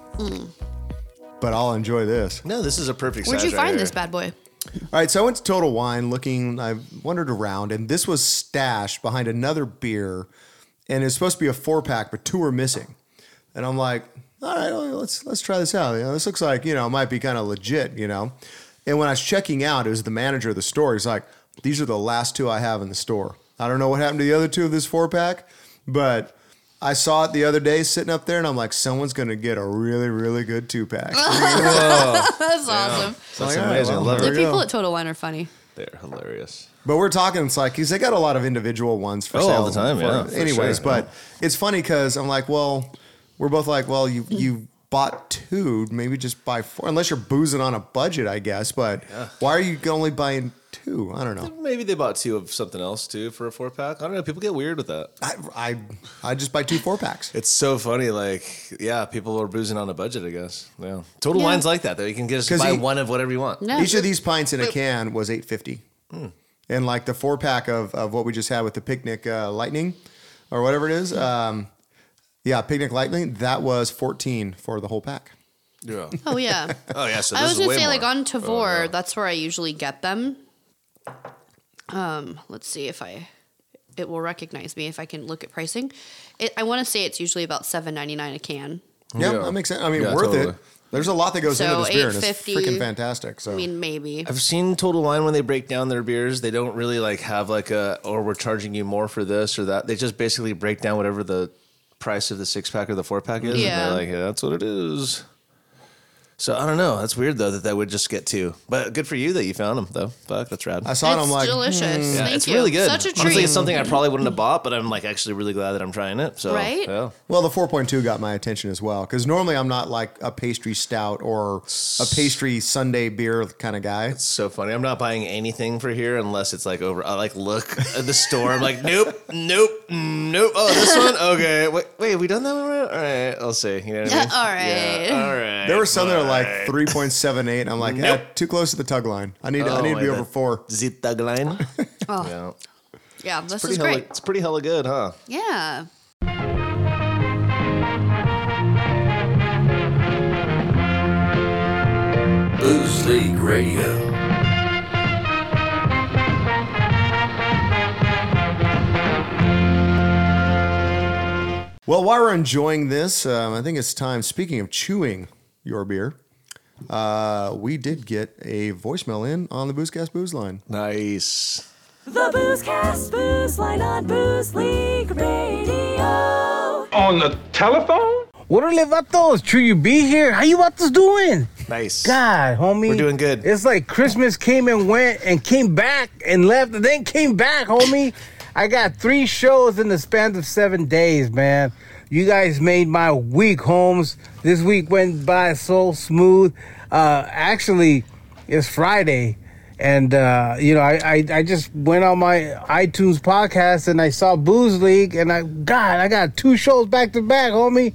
S6: But I'll enjoy this.
S7: No, this is a perfect.
S8: Where'd
S7: size
S8: you
S7: right
S8: find
S7: here.
S8: this bad boy?
S6: All right, so I went to Total Wine looking. I wandered around, and this was stashed behind another beer, and it's supposed to be a four pack, but two are missing. And I'm like, all right, well, let's let's try this out. You know, this looks like you know it might be kind of legit, you know. And when I was checking out, it was the manager of the store. He's like, these are the last two I have in the store. I don't know what happened to the other two of this four pack, but I saw it the other day sitting up there, and I'm like, someone's gonna get a really really good two pack.
S8: That's awesome.
S7: That's amazing. I love
S8: The
S7: it.
S6: There you
S8: people
S6: go.
S8: at Total Wine are funny.
S7: They're hilarious.
S6: But we're talking, it's like, because they got a lot of individual ones for
S7: Oh,
S6: sale.
S7: all the time,
S6: for-
S7: yeah, for
S6: anyways,
S7: sure,
S6: but it's funny because I'm like, well, we're both like, well, you you bought two, maybe just buy four, unless you're boozing on a budget, I guess. But why are you only buying two? I don't know.
S7: Maybe they bought two of something else too for a four pack. I don't know. People get weird with that.
S6: I I, I just buy two four packs.
S7: It's so funny. Like, yeah, people are boozing on a budget. I guess. Yeah. Total
S8: Yeah.
S7: Wine's like that though. You can just
S6: 'Cause
S7: buy
S6: he-
S7: one of whatever you want.
S8: No.
S6: Each of these pints in a can was eight fifty,
S7: Hmm.
S6: and like the four pack of of what we just had with the picnic uh, lightning, or whatever it is. Um, yeah, picnic lightning. That was fourteen for the whole pack.
S7: Yeah.
S8: Oh yeah.
S7: Oh yeah. So this
S8: I was
S7: is
S8: gonna
S7: way
S8: say
S7: more. Oh,
S8: like on Tavor, that's where I usually get them. Um, let's see if I it will recognize me if I can look at pricing. It, I want to say it's usually about seven ninety nine a can.
S6: Yeah,
S7: Yeah.
S6: that makes sense. I mean,
S7: Yeah,
S6: worth
S7: totally.
S6: it. There's a lot that goes
S8: So,
S6: into this beer, and it's
S8: 8.50.
S6: freaking fantastic. So
S8: I mean, maybe.
S7: I've seen Total Wine when they break down their beers, they don't really like have like a or we're charging you more for this or that. They just basically break down whatever the price of the six pack or the four pack is,
S8: Yeah.
S7: and they're like, yeah, that's what it is. So I don't know. That's weird though that that would just get two. But good for you that you found them though. Fuck, that's rad.
S6: I saw it, I'm It's like, delicious. hmm.
S7: Yeah,
S6: Thank
S7: it's
S6: you.
S7: really good.
S6: Such a
S7: Honestly,
S6: treat.
S7: it's something I probably wouldn't have bought, but I'm like actually really glad that I'm trying it. So yeah.
S6: Well, the 4.2 got my attention as well because normally I'm not like a pastry stout or a pastry Sunday beer kind of guy. It's
S7: so funny. I'm not buying anything for here unless it's like over. I like look at the store. I'm like, nope, nope, mm, nope. Oh, this one. Okay. Wait, wait. Have we done that one? already? All right. I'll see. You know what I mean?
S8: Alright.
S7: Yeah, all right.
S6: There were some that are like
S7: alright.
S6: 3.78, and I'm like, eh,
S7: Nope.
S6: too close to the tug line. I need, I
S7: Oh
S6: need to
S7: my
S6: be over
S7: God.
S6: four.
S7: Is it tug line?
S8: Oh, yeah,
S7: Yeah.
S8: this
S7: pretty
S8: is
S7: hella,
S8: great.
S7: It's pretty hella good, huh?
S8: Yeah.
S4: Booze League Radio.
S6: Well, while we're enjoying this, um, I think it's time. Speaking of chewing your beer, uh, we did get a voicemail in on the Boozecast Booze line.
S7: Nice.
S9: The Boozecast Booze Line on Booze League Radio.
S13: On the telephone? What are levatos? Should you be here? How you vatos doing?
S7: Nice.
S13: God, homie.
S7: We're doing good.
S13: It's like Christmas came and went and came back and left and then came back, homie. I got three shows in the span of seven days, man. You guys made my week, Holmes. This week went by so smooth. Uh, actually, it's Friday. And uh, you know, I, I I just went on my iTunes podcast and I saw Booze League and I God, I got two shows back to back, homie.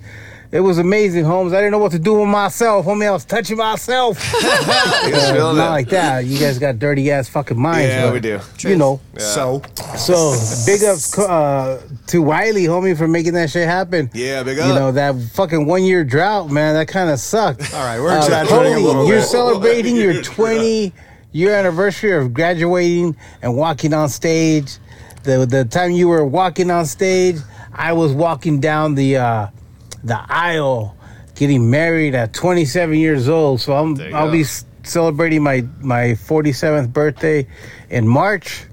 S13: It was amazing, Holmes. I didn't know what to do with myself, homie. I was touching myself. Uh,
S7: feeling
S13: not
S7: it.
S13: like that. You guys got dirty ass fucking minds.
S7: Yeah,
S13: but,
S7: we do.
S13: You know.
S7: Yeah. So?
S13: so big ups uh, to Wiley, homie, for making that shit happen.
S7: Yeah, big
S6: Uh,
S13: You
S7: up.
S13: know that fucking one year drought, man. That kind of sucked. All
S6: right, we're exaggerating a little
S13: You're
S6: bit.
S13: celebrating your 20 year anniversary of graduating and walking on stage. The the time you were walking on stage, I was walking down the uh, the aisle, getting married at 27 years old. So I'm
S7: you
S13: I'll
S7: go.
S13: be s- celebrating my my 47th birthday in March.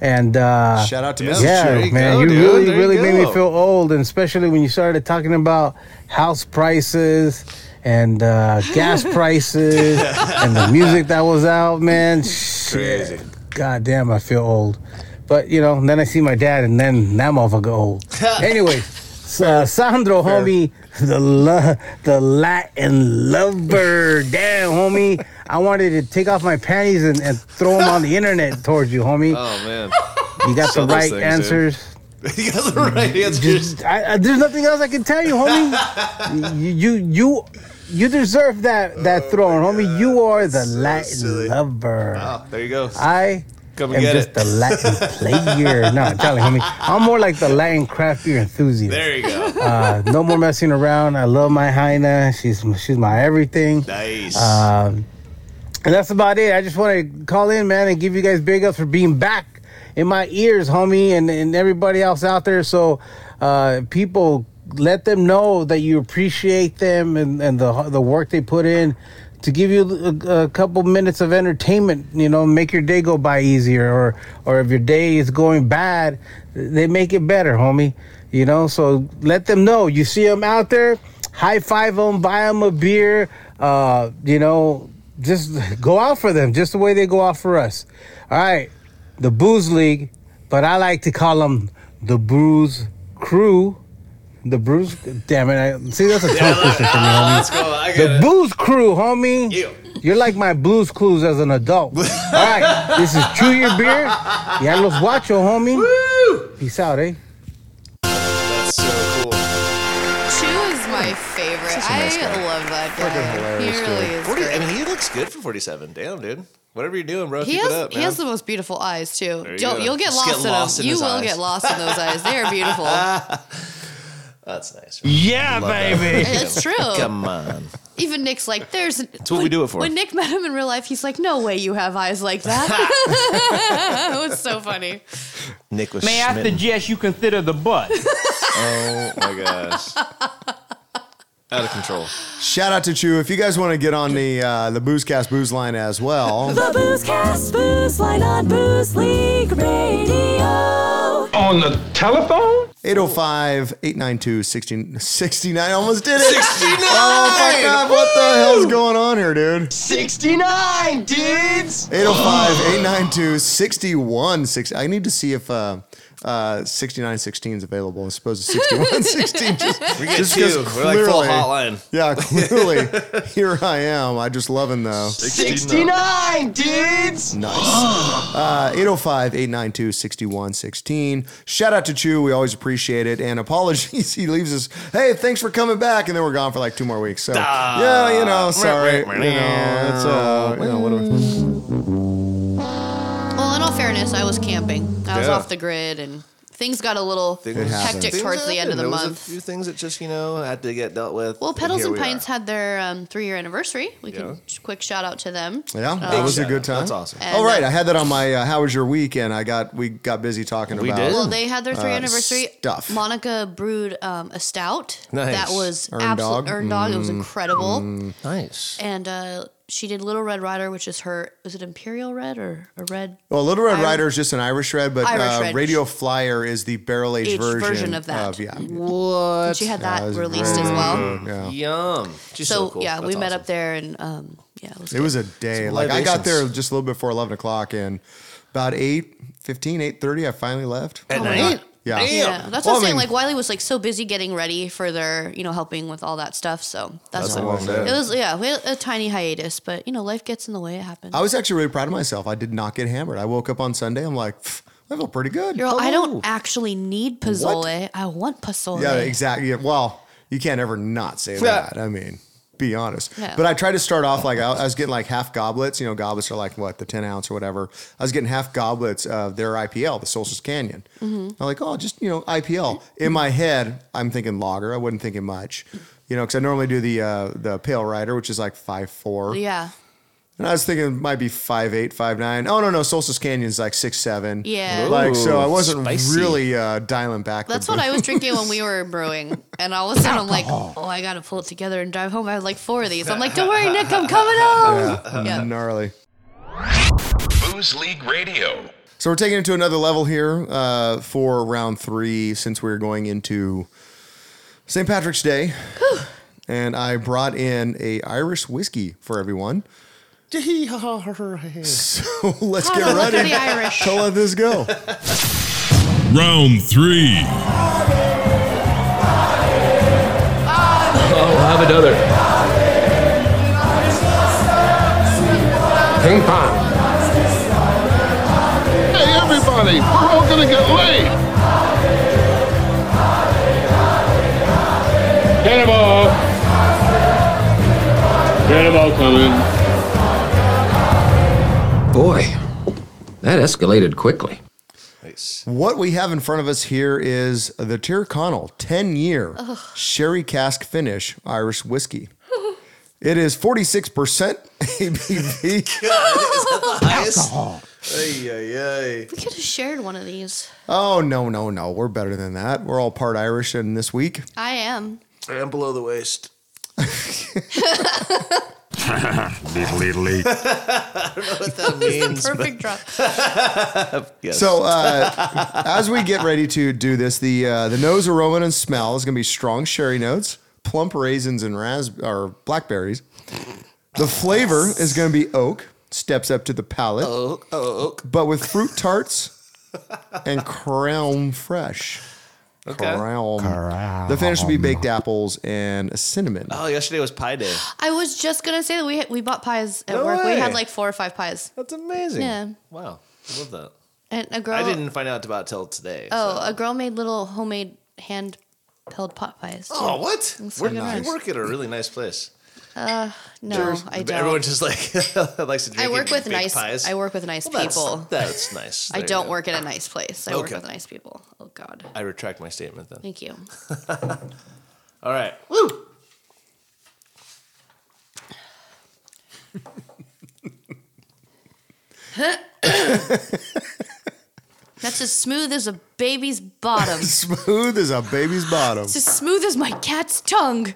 S13: And uh,
S6: Shout out to Mrs. Chu.
S13: Yeah,
S6: There you
S13: man,
S6: go, Oh,
S13: you
S6: dude.
S13: really,
S6: There you
S13: really made me
S6: go.
S13: feel old, and especially when you started talking about house prices and uh, gas prices and the music that was out, man. Shit.
S7: Crazy.
S13: God damn, I feel old. But you know, then I see my dad, and then that motherfucker old. anyway, so, uh, Sandro, homie, the lo- the Latin lover, damn, homie. I wanted to take off my panties and, and throw them on the internet towards you, homie.
S7: Oh man.
S13: You got
S7: Sell
S13: the
S7: those
S13: right
S7: things, dude.
S13: answers.
S7: you got the right answers.
S13: Just- I, I, there's nothing else I can tell you, homie. you, you, you, you deserve that
S7: Oh
S13: that throne, homie. You are the Latin lover.
S7: Wow, Oh, there you go.
S13: I
S7: Come
S13: am
S7: and get
S13: just
S7: it.
S13: the Latin player. No, I'm telling you, homie. I'm more like the Latin craft beer enthusiast.
S7: There you go.
S13: Uh, no more messing around. I love my Heina. She's she's my everything.
S7: Nice.
S6: Uh,
S13: Um, and that's about it. I just want to call in, man, and give you guys big ups for being back in my ears, homie, and, and everybody else out there. So, uh, people, let them know that you appreciate them and, and the the work they put in to give you a, a couple minutes of entertainment. You know, make your day go by easier, or or if your day is going bad, they make it better, homie. You know, so let them know you see them out there. High five them, buy them a beer. Uh, you know, just go out for them, just the way they go out for us. All right, the Booze League, but I like to call them the Bruise Crew. The Bruise, damn it! I, see, that's a tongue twister for me, homie.
S7: Let's go. I
S13: The
S7: got it.
S13: Booze Crew, homie. You're like my Blues Clues as an adult. All right, this is Chew Your Beer. Ya los guacho, homie. Peace out, eh?
S7: That's so cool.
S12: Chew is my favorite.
S7: Such a
S12: I
S7: nice guy.
S12: love that guy. he really is.
S7: 40 I
S12: great.
S7: mean, he looks good for 47. Damn, dude. Whatever you're doing, bro,
S8: He
S7: keep
S8: has
S7: it up,
S8: he
S7: man.
S8: has the most beautiful eyes too.
S7: There you
S8: You'll,
S7: go.
S8: you'll get
S7: Just get
S8: lost
S7: lost
S8: in them.
S7: in
S8: You
S7: his
S8: will
S7: eyes.
S8: get lost in those eyes. They are beautiful.
S7: That's nice.
S13: Yeah,
S8: baby. It's true.
S7: Come on.
S8: Even Nick's like, there's. That's
S7: what we do it for.
S8: When Nick met him in real life, he's like, no way you have eyes like that. it was so funny.
S7: Nick was
S3: May I
S7: smitten.
S3: suggest you consider the butt?
S7: Oh, my gosh. Out of control.
S6: Shout out to Chew. If you guys want to get on the uh, the Boozecast Booze line as well,
S9: The Boozecast Booze Line on Booze League Radio.
S11: On the telephone?
S6: 805 892 69. I almost did it. 69! Oh, fuck up. What the hell's going on here, dude?
S2: 69, dudes!
S6: 805 892 6160. I need to see if uh, uh, 6916 is available as opposed to 6116.
S7: We get two. We're like full hotline.
S6: Yeah, clearly. here I am. I just loving though.
S2: 69, dudes!
S6: Nice. Uh, 805 892 6116. Shout out to Chew. We always appreciate it. And apologies. He leaves us, hey, thanks for coming back. And then we're gone for like two more weeks. So,
S7: Ah.
S6: yeah, you know, sorry. you know, it's, uh, you know, what
S7: Mm.
S6: do we-
S8: Well, in all fairness, I was camping. I was
S7: Yeah.
S8: off the grid, and things got a little hectic
S7: Things
S8: towards the end of the
S7: happen. there
S8: month.
S7: Was a few things that just you know had to get dealt with.
S8: Well, Petals
S7: here
S8: and
S7: we are.
S8: Pines had their um, three-year anniversary. We
S7: Yeah.
S8: can quick shout out to them.
S6: Yeah,
S8: Uh,
S6: that was a good time.
S7: That's awesome.
S8: And,
S6: All right,
S8: uh,
S6: I had that on my uh, "How was your weekend?" I got we got busy talking
S7: We
S6: about.
S7: did.
S8: Well, they had their three
S6: uh,
S8: anniversary.
S6: stuff.
S8: Monica brewed um, a stout.
S6: Nice.
S8: That was
S6: Earned Dog?
S8: absolutely earned dog. It was
S6: Mm,
S8: incredible.
S7: Nice.
S8: And uh, she did Little Red Rider, which is her. Was it Imperial Red or a red?
S6: Well, Little Red
S8: I-
S6: Rider is just an Irish Red, but
S8: Irish
S6: uh,
S8: Red.
S6: Radio Flyer is the barrel aged
S8: Aged
S6: version,
S8: version of that.
S6: yeah,
S7: What?
S8: And she had
S6: Yeah, it
S8: that
S6: was
S8: released as
S6: very
S8: well.
S6: good, yeah.
S7: Yum. She's so,
S8: so
S7: cool.
S8: yeah,
S7: That's
S8: we met
S7: awesome.
S8: up there, and um, yeah, it was.
S6: It was a day.
S7: Some
S6: Like I got there
S7: libations.
S6: just a little before eleven o'clock, and about 8, 8.30, I finally left
S7: At Oh my night? God.
S6: Yeah,
S8: Yeah, that's
S6: Well,
S8: what
S6: I
S8: I'm
S6: mean,
S8: saying. Like Wiley was like so busy getting ready for their, you know, helping with all that stuff. So that's,
S6: That's a
S8: what
S6: long day.
S8: it was. Yeah, we had a tiny hiatus, but you know, life gets in the way. It happens.
S6: I was actually really proud of myself. I did not get hammered. I woke up on Sunday. I'm like, "Pff, I feel pretty good.
S8: Girl, I don't actually need pozole. I want pozole.
S6: Yeah, exactly. Yeah, Well, you can't ever not say
S8: Yeah.
S6: that. I mean, be honest.
S8: Yeah.
S6: But I tried to start off like I, I was getting like half goblets. You know, goblets are like what the ten ounce or whatever. I was getting half goblets of their IPL, the Solstice Canyon.
S8: Mm-hmm.
S14: Mhm.
S6: I'm like, oh, just you know, IPL. In my head, I'm thinking lager. I wasn't thinking much, you know, because I normally do the uh, the Pale Rider, which is like five four.
S8: Yeah.
S6: And I was thinking it might be five eight, five nine. Oh no, no, Solstice Canyon's like six seven.
S8: Yeah.
S6: Like so, I
S7: Ooh,
S6: wasn't
S7: spicy.
S6: really uh, dialing back. the
S8: That's what I was
S6: booze.
S8: drinking when we were brewing, and all of a sudden I'm like, "Oh, I gotta pull it together and drive home." I had like four of these. I'm like, "Don't worry, Nick, I'm coming home."
S6: Yeah, gnarly.
S15: Booze League Radio.
S6: So we're taking it to another level here uh, for round three, since we're going into St. Patrick's Day, and I brought in a Irish whiskey for everyone. So let's get
S7: Have a look
S6: ready
S7: at the Irish.
S6: to let this go.
S16: Round three.
S17: Oh, have another. Ping pong.
S18: Hey, everybody, we're all gonna get laid. Cannonball. Cannonball coming.
S17: Boy, that escalated quickly.
S6: What we have in front of us here is the Tyrconnell 10 year
S17: Ugh.
S6: sherry cask finish Irish whiskey. It is 46% ABV. Alcohol.
S8: We could have shared one of these.
S6: Oh, no, no, no. We're better than that. We're all part Irish in this week.
S8: I am.
S7: I am below the waist.
S6: little, little,
S7: I don't know what that means.
S8: perfect drop.
S6: So uh, as we get ready to do this, the uh, the nose aroma and smell is going to be strong sherry notes, plump raisins and rasp or blackberries. The flavor is going to be oak, steps up to the palate,
S7: Oak, oak.
S6: but with fruit tarts and crown fresh.
S7: Okay.
S6: Crown. The finish will be baked apples and cinnamon.
S7: Oh, yesterday was Pie Day.
S8: I was just gonna say that we we bought pies at
S7: No
S8: work.
S7: way.
S8: We had like four or five pies.
S7: That's amazing. Oh.
S8: Yeah,
S7: Wow, I love that.
S8: and a girl.
S7: I didn't find out about till today.
S8: Oh, a girl made little homemade hand pilled pot pies.
S7: Oh, what?
S8: It's
S7: We're,
S8: fucking
S7: You
S8: nice.
S7: work at a really nice place.
S8: Uh, no, I don't.
S7: Everyone just like likes to drink.
S8: I
S7: and
S8: work with
S7: bake
S8: nice.
S7: pies.
S8: I work with nice
S7: Well, that's-
S8: people.
S7: That's, nice.
S8: I
S7: There you
S8: don't
S7: go.
S8: work at a nice place. I work
S7: Okay.
S8: with nice people. Oh God.
S7: I retract my statement then.
S8: Thank you.
S7: All right. Woo.
S8: That's as smooth as a baby's bottom. it's
S6: Smooth as a baby's bottom.
S8: as smooth as my cat's tongue.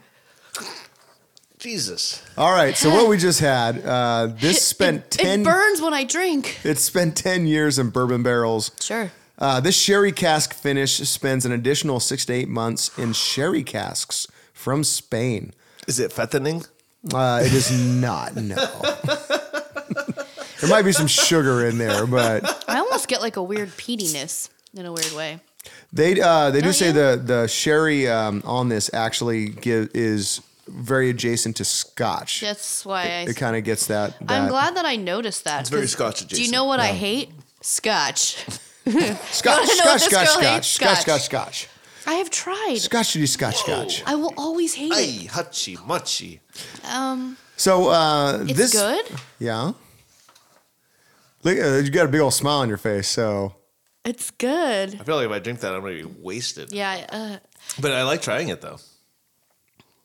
S7: Jesus.
S6: All right, so what we just had, uh, this spent
S8: It
S6: 10
S8: burns when I drink.
S6: It spent 10 years in bourbon barrels.
S8: Sure.
S6: Uh, this sherry cask finish spends an additional six to eight months in sherry casks from Spain.
S7: Is it fattening?
S6: Uh, it is not. No. there might be some sugar in there, but
S8: I almost get like a weird peatiness in a weird way.
S6: they uh, they do
S8: Don't
S6: say
S8: you?
S6: the the sherry um, on this actually give, is very adjacent to Scotch.
S8: That's why I.
S6: It kind of gets that.
S8: I'm
S6: that-
S8: glad that I noticed that.
S6: It's very
S8: 'cause
S6: Scotch
S8: Do you
S6: adjacent.
S8: know what I
S6: Yeah.
S8: hate? Scotch.
S6: Scotch,
S8: You wanna know what
S6: Scotch, Scotch,
S8: this girl
S6: Scotch,
S8: hates?
S6: Scotch, Scotch, Scotch,
S8: I have tried.
S6: Scotchity, Scotch, Scotch.
S8: I will always hate it.
S7: Hey, Hutchy, Muchy.
S8: Um,
S6: So uh,
S8: it's
S6: this
S8: good.
S6: Yeah. Look, uh, you got a big old smile on your face. So
S8: It's good.
S7: I feel like if I drink that, I'm going to be wasted.
S8: Yeah. Uh,
S7: But I like trying it, though.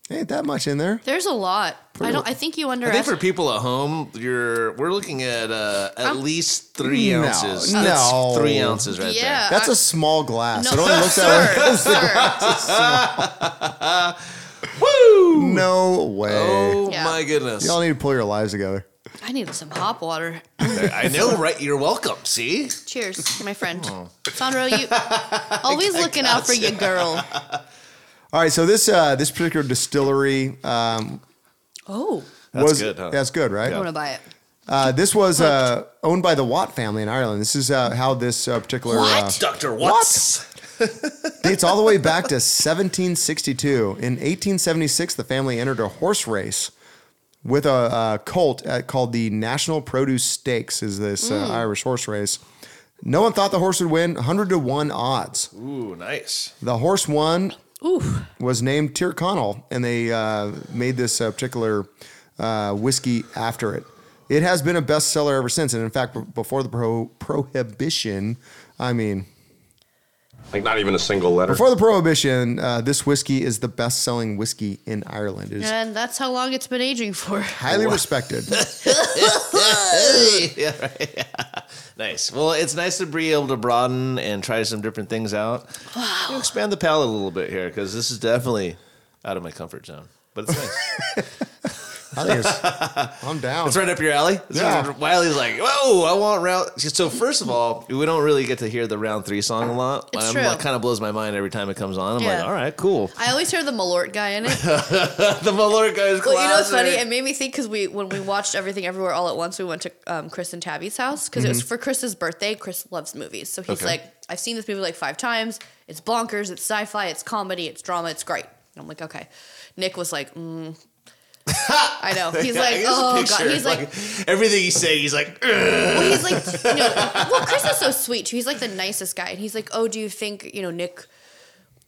S6: ain't that much in there.
S8: there's a lot. I don't. I think you
S7: I think for
S8: underestimate.
S7: people at home, you're we're looking at uh, at
S8: I'm-
S7: least three
S6: No,
S7: ounces.
S6: no.
S7: That's three ounces right
S8: Yeah,
S6: That's
S8: I-
S6: a small glass.
S8: No,
S6: it only looks that way. because the glass is small. No way.
S7: Oh
S8: Yeah.
S7: my goodness!
S6: Y'all need to pull your lives together.
S8: I needed some hop water.
S7: I know, right? You're welcome. See,
S8: Cheers, my friend.
S6: Oh.
S8: Sandro, you always looking out for your girl.
S6: All right, so this uh, this particular distillery um,
S8: Oh,
S6: was that's good, right?
S8: I want to buy it.
S6: Uh, this was uh, owned by the Watt family in Ireland. This is uh, how this uh, particular uh,
S7: Doctor Watts?
S6: dates all the way back to 1762. In 1876, the family entered a horse race with a, uh colt at, called the National Produce Stakes. Is this
S7: Mm.
S6: uh, Irish horse race? No one thought the horse would win. 100 to one odds.
S7: Ooh, nice.
S6: The horse won. Was named Tyrconnell, and they uh, made this uh, particular uh, whiskey after it. It has been a bestseller ever since, and in fact, b- before the pro- prohibition, I mean,
S11: Like not even a single letter.
S6: before the prohibition, uh, this whiskey is the best-selling whiskey in Ireland. It is
S8: And that's how long it's been aging for.
S6: highly respected.
S7: yeah, right. nice. Well, it's nice to be able to broaden and try some different things out. Wow. expand the palate a little bit here because this is definitely out of my comfort zone. But it's nice.
S6: I think it's, I'm down.
S7: it's right up your alley. It's
S6: Yeah.
S7: right- Wiley's like, whoa, I want round. So first of all, we don't really get to hear the round three song a lot.
S8: It's
S7: I'm
S8: true.
S7: Like, kind of blows my mind every time it comes on. I'm
S8: Yeah.
S7: like, all right, cool.
S8: I always hear the Malort guy in it.
S7: the Malort guy is classic.
S8: Well, you know what's funny? It made me think because we when we watched Everything Everywhere All at Once, we went to um, Chris and Tabby's house because it was
S7: Mhm.
S8: for Chris's birthday. Chris loves movies, so he's
S7: Okay.
S8: like, "I've seen this movie like five times. It's bonkers. It's sci-fi. It's comedy. It's drama. It's great." And I'm like, "Okay." Nick was like, mm. "I know." He's
S7: Yeah, I
S8: like,
S7: guess
S8: "Oh
S7: picture,
S8: god." He's like,
S7: everything he said. He's like,
S8: well, he's like, you know, well, Chris is so sweet too. He's like the nicest guy, and he's like, oh, do you think you know Nick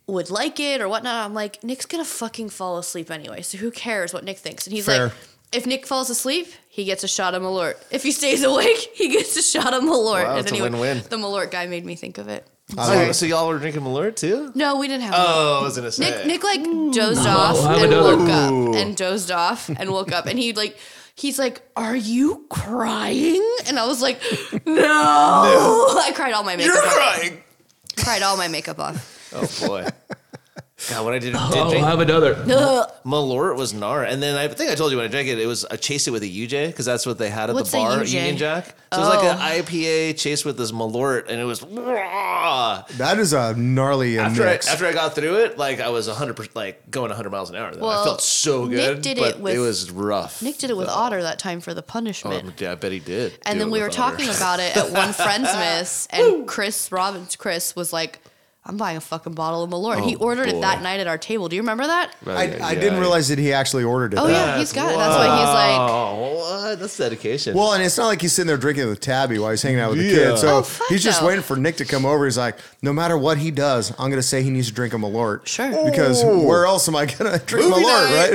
S8: would like it or whatnot? I'm like, Nick's gonna fucking fall asleep anyway, so who cares what Nick thinks? And he's like,
S6: Fair.
S8: if Nick falls asleep, he gets a shot of Malort. If he stays awake, he gets a shot of Malort.
S7: Wow,
S8: and
S7: it's a
S8: anyway,
S7: win-win.
S8: the Malort guy made me think of it.
S7: oh, so y'all were drinking Malort too?
S8: No, we didn't have.
S7: Oh,
S8: Malort.
S7: I was gonna say.
S8: Nick, Nick like dozed off
S7: I would
S8: and
S7: know that.
S8: woke
S7: Ooh.
S8: up and dozed off and woke up and he like he's like, Are you crying? And I was like, No, I cried all my makeup
S7: You're
S8: off.
S7: crying.
S8: Cried all my makeup off.
S7: Oh boy. God, when I did, did
S8: Oh,
S7: drink,
S8: I have
S7: another.
S8: Ugh.
S7: Malort was gnar, and then I think I told you when I drank it, it was I chased it with a UJ because that's what they had at
S8: What's a
S7: the bar,
S8: UJ?
S7: Union Jack. So it
S8: Oh.
S7: was like an IPA chased with this Malort, and it was.
S6: That is a gnarly uh,
S7: After I,
S6: mix.
S7: after I got through it, like I was 100 like going 100 miles an hour. Then. I
S8: Well,
S7: felt so
S8: Nick
S7: good,
S8: did it
S7: but
S8: with-
S7: was rough.
S8: Nick did it with Otter that time for the
S7: Oh,
S8: punishment.
S7: yeah, I bet he did. do
S8: and then
S7: it
S8: we
S7: with
S8: were
S7: Otter.
S8: talking about it at one friend's miss, and Chris Robbins, Chris was like, "I'm buying a fucking bottle of Malort."
S6: Oh,
S8: he ordered
S6: boy.
S8: it that night at our table. Do you remember that?
S6: I, I didn't realize that he actually ordered it.
S8: Oh, yeah, he's got it. That's why he's like-
S7: Oh, what? That's dedication.
S6: Well, and it's not like he's sitting there drinking with Tabby while he's hanging out with the
S7: Yeah.
S6: kids. So
S7: Oh,
S6: he's just
S7: no.
S6: waiting for Nick to come over. He's like, no matter what he does, I'm going to say he needs to drink a Malort.
S8: Sure.
S6: Because
S8: Ooh.
S6: where else am I going to drink
S8: Movie
S6: Malort,
S8: night.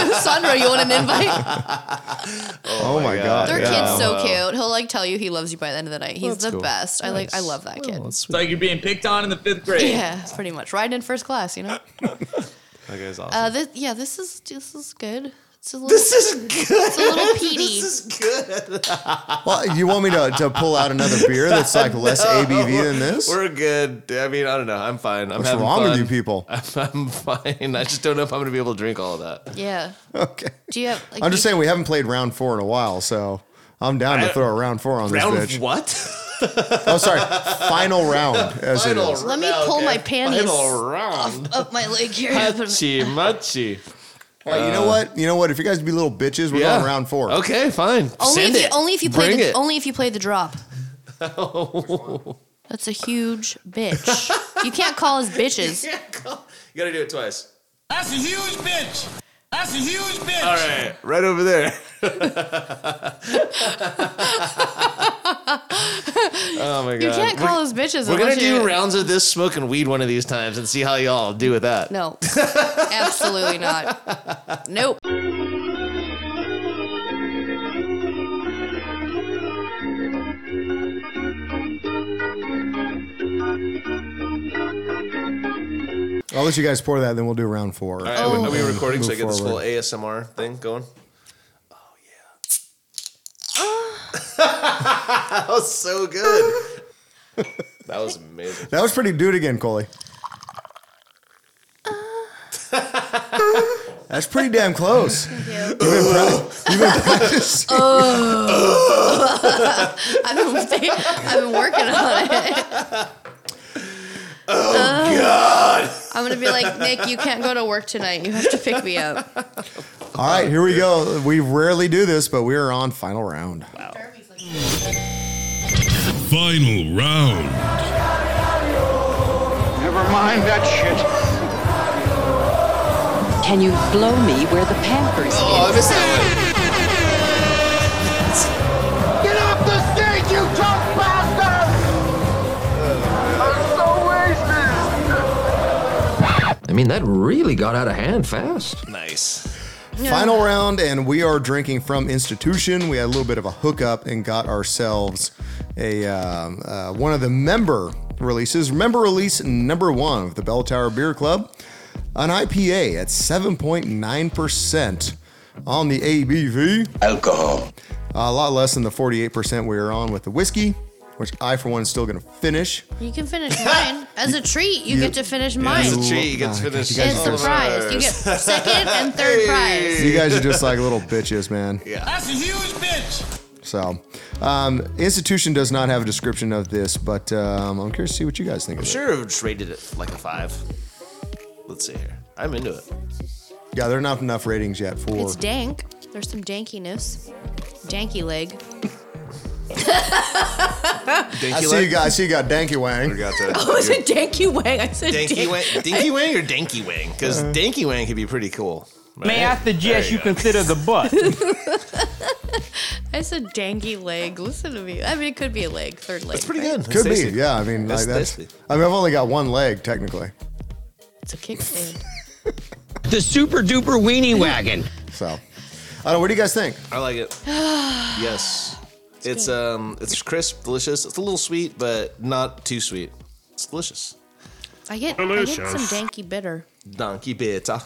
S6: right?
S8: Sandra, you want an invite?
S6: Oh, my God.
S8: Their
S6: yeah.
S8: kid's so cute. He'll like tell you he loves you by the end of the night. He's
S14: That's
S8: the
S14: cool.
S8: best. I like I
S14: Nice.
S8: love that kid.
S14: It's like you're being picked on in the fifth grade.
S8: yeah, it's pretty much riding in first class. You know.
S7: That guy's awesome.
S8: Uh, this, yeah, this is this is good. It's a little,
S7: This is good.
S8: It's a little peaty. this
S7: is good.
S6: Well, you want me to, to pull out another beer that's like less
S7: No,
S6: ABV than this?
S7: We're good. I mean, I don't know. I'm fine. I'm
S6: What's
S7: having
S6: wrong with
S7: fun.
S6: you people?
S7: I'm, I'm fine. I just don't know if I'm going to be able to drink all of that.
S8: Yeah.
S6: Okay.
S8: Do you have? Like,
S6: I'm just
S8: you-
S6: saying we haven't played round four in a while, so I'm down to
S7: I-
S6: throw a round four on
S7: Round
S6: this bitch.
S7: what?
S6: oh, sorry. Final round. As it
S7: Final
S6: is.
S8: Let me pull my panties
S7: Final round.
S8: off, up oh, my leg here.
S7: Hachi machi.
S6: All right, you know
S7: Uh,
S6: what? You know what? If you guys be little bitches, we're
S7: yeah.
S6: going round four.
S7: Okay, fine.
S8: Only
S7: Send
S8: if, you,
S7: it.
S8: only if you play
S7: Bring
S8: the
S7: it.
S8: only if you play the drop.
S7: Oh.
S8: That's a huge bitch. you can't call us bitches.
S7: You gotta do it twice.
S14: That's a huge bitch. That's a huge bitch.
S7: All right, right over there. oh my god!
S8: You can't call
S7: We're-
S8: us bitches.
S7: We're gonna
S8: unless
S7: do
S8: you're-
S7: rounds of this smoking weed one of these times and see how y'all do with that.
S8: No, absolutely not. Nope.
S6: I'll let you guys pour that, then we'll do round four.
S7: All right, are we recording
S6: Oh. Move
S7: so I get this
S6: forward.
S7: little ASMR thing going? Oh yeah! that was so good. that was amazing.
S6: That was pretty. Do it again, Coley.
S7: Uh.
S6: That's pretty damn close. You've been, prac- you've been practicing.
S8: Oh. I've, been thinking- I've been working on it. Oh,
S7: God.
S8: I'm gonna be like Nick. You can't go to work tonight. You have to pick me up.
S6: All right, here we go. We rarely do this, but we are on final round.
S16: Final round.
S19: Never mind that shit. Can you blow me where the Pampers
S7: Oh, I
S19: is?
S7: missed that
S18: Get off the stage, you drunk bastard! I'm so wasted.
S17: I mean, that really got out of hand fast.
S7: Nice.
S6: Final round, and we are drinking from institution. We had a little bit of a hookup and got ourselves a um, uh, one of the member releases. Member release number one of the Bell Tower Beer Club, an IPA at 7.9% on the ABV. Alcohol. A lot less than the 48% we were on with the whiskey, which I, for one, is still going to finish.
S8: You can finish mine as a treat. You,
S6: You-
S8: get to finish mine.
S6: It's a treat. You get to finish
S8: It's
S6: guys
S8: a
S6: are
S8: prize. You get second and third prize.
S6: You guys are just like little bitches, man.
S14: That's a huge bitch.
S6: So, um, institution does not have a description of this, but um, I'm curious to see what you guys think
S7: I'm
S6: of
S7: sure I've rated it like a five. Let's see here. I'm into it.
S6: it. Yeah, there are not enough ratings yet for.
S8: It's dank. There's some dankiness. Danky leg.
S6: I see you guys. I see you got Danky Wang.
S8: Oh, is it danky wang? I said
S7: Danky
S8: dank-
S7: Wang, Dinky Wang or Danky Wang?
S6: Uh-huh.
S7: Because Danky Wang could be pretty cool.
S8: May I
S7: suggest you, consider the butt?
S8: I said danky leg. Listen to me. I mean, it could be a leg, third leg. It's pretty
S7: good.
S6: Could be. Yeah, I mean,
S7: That's
S6: like, that's.
S7: tasty.
S6: I mean, I've only got one leg technically.
S8: It's a kickstand.
S6: The super duper weenie wagon. So, I don't. know. What do you guys think?
S7: I like it. Yes, it's, um, it's crisp, delicious. It's a little sweet, but not too sweet. It's delicious.
S8: I get, I get some
S7: Delicious.
S8: danky bitter.
S7: Donkey bitter.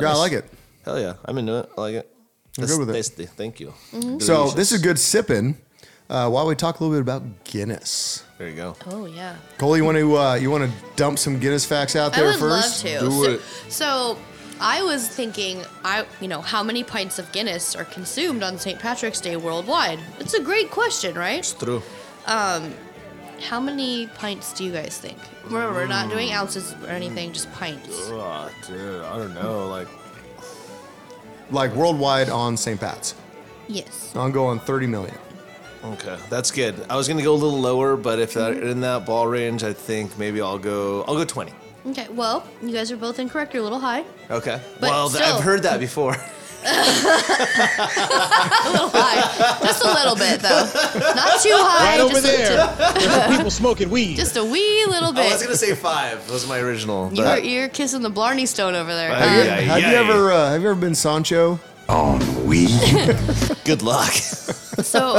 S6: Yeah, I like it.
S7: Hell yeah, I'm into it. I like it.
S6: I'm good with it.
S7: tasty. Thank you.
S8: Mhm.
S6: So this is good sipping. Uh, while we talk a little bit about Guinness.
S7: There you go.
S8: Oh yeah.
S6: Cole, you want to uh, you want to dump some Guinness facts out there
S8: I would
S6: first?
S8: love to.
S6: Do
S8: so,
S6: it.
S8: so I was thinking, I you know, how many pints of Guinness are consumed on St. Patrick's Day worldwide? It's a great question, right?
S7: True.
S8: Um, how many pints do you guys think? Remember, we're not doing ounces or anything, just pints.
S7: Oh, dude, I don't know. Like,
S6: like worldwide on St. Pat's.
S8: Yes.
S6: I'm going 30 million.
S7: Okay, that's good. I was gonna go a little lower, but if that, in that ball range, I think maybe I'll go. I'll go twenty.
S8: Okay. Well, you guys are both incorrect. You're a little high.
S7: Okay.
S8: But
S7: well, th-
S8: still-
S7: I've heard that before.
S8: a little high. Just a little bit, though. Not too high.
S7: Right over
S8: just
S7: there.
S8: A,
S7: People smoking weed.
S8: just a wee little bit.
S7: I was gonna say five was my original.
S8: You're,
S7: But
S8: you're kissing the Blarney Stone over there.
S7: Aye,
S8: Um,
S7: aye,
S6: Have you ever uh, have you ever been Sancho? On weed.
S7: Good luck.
S8: So,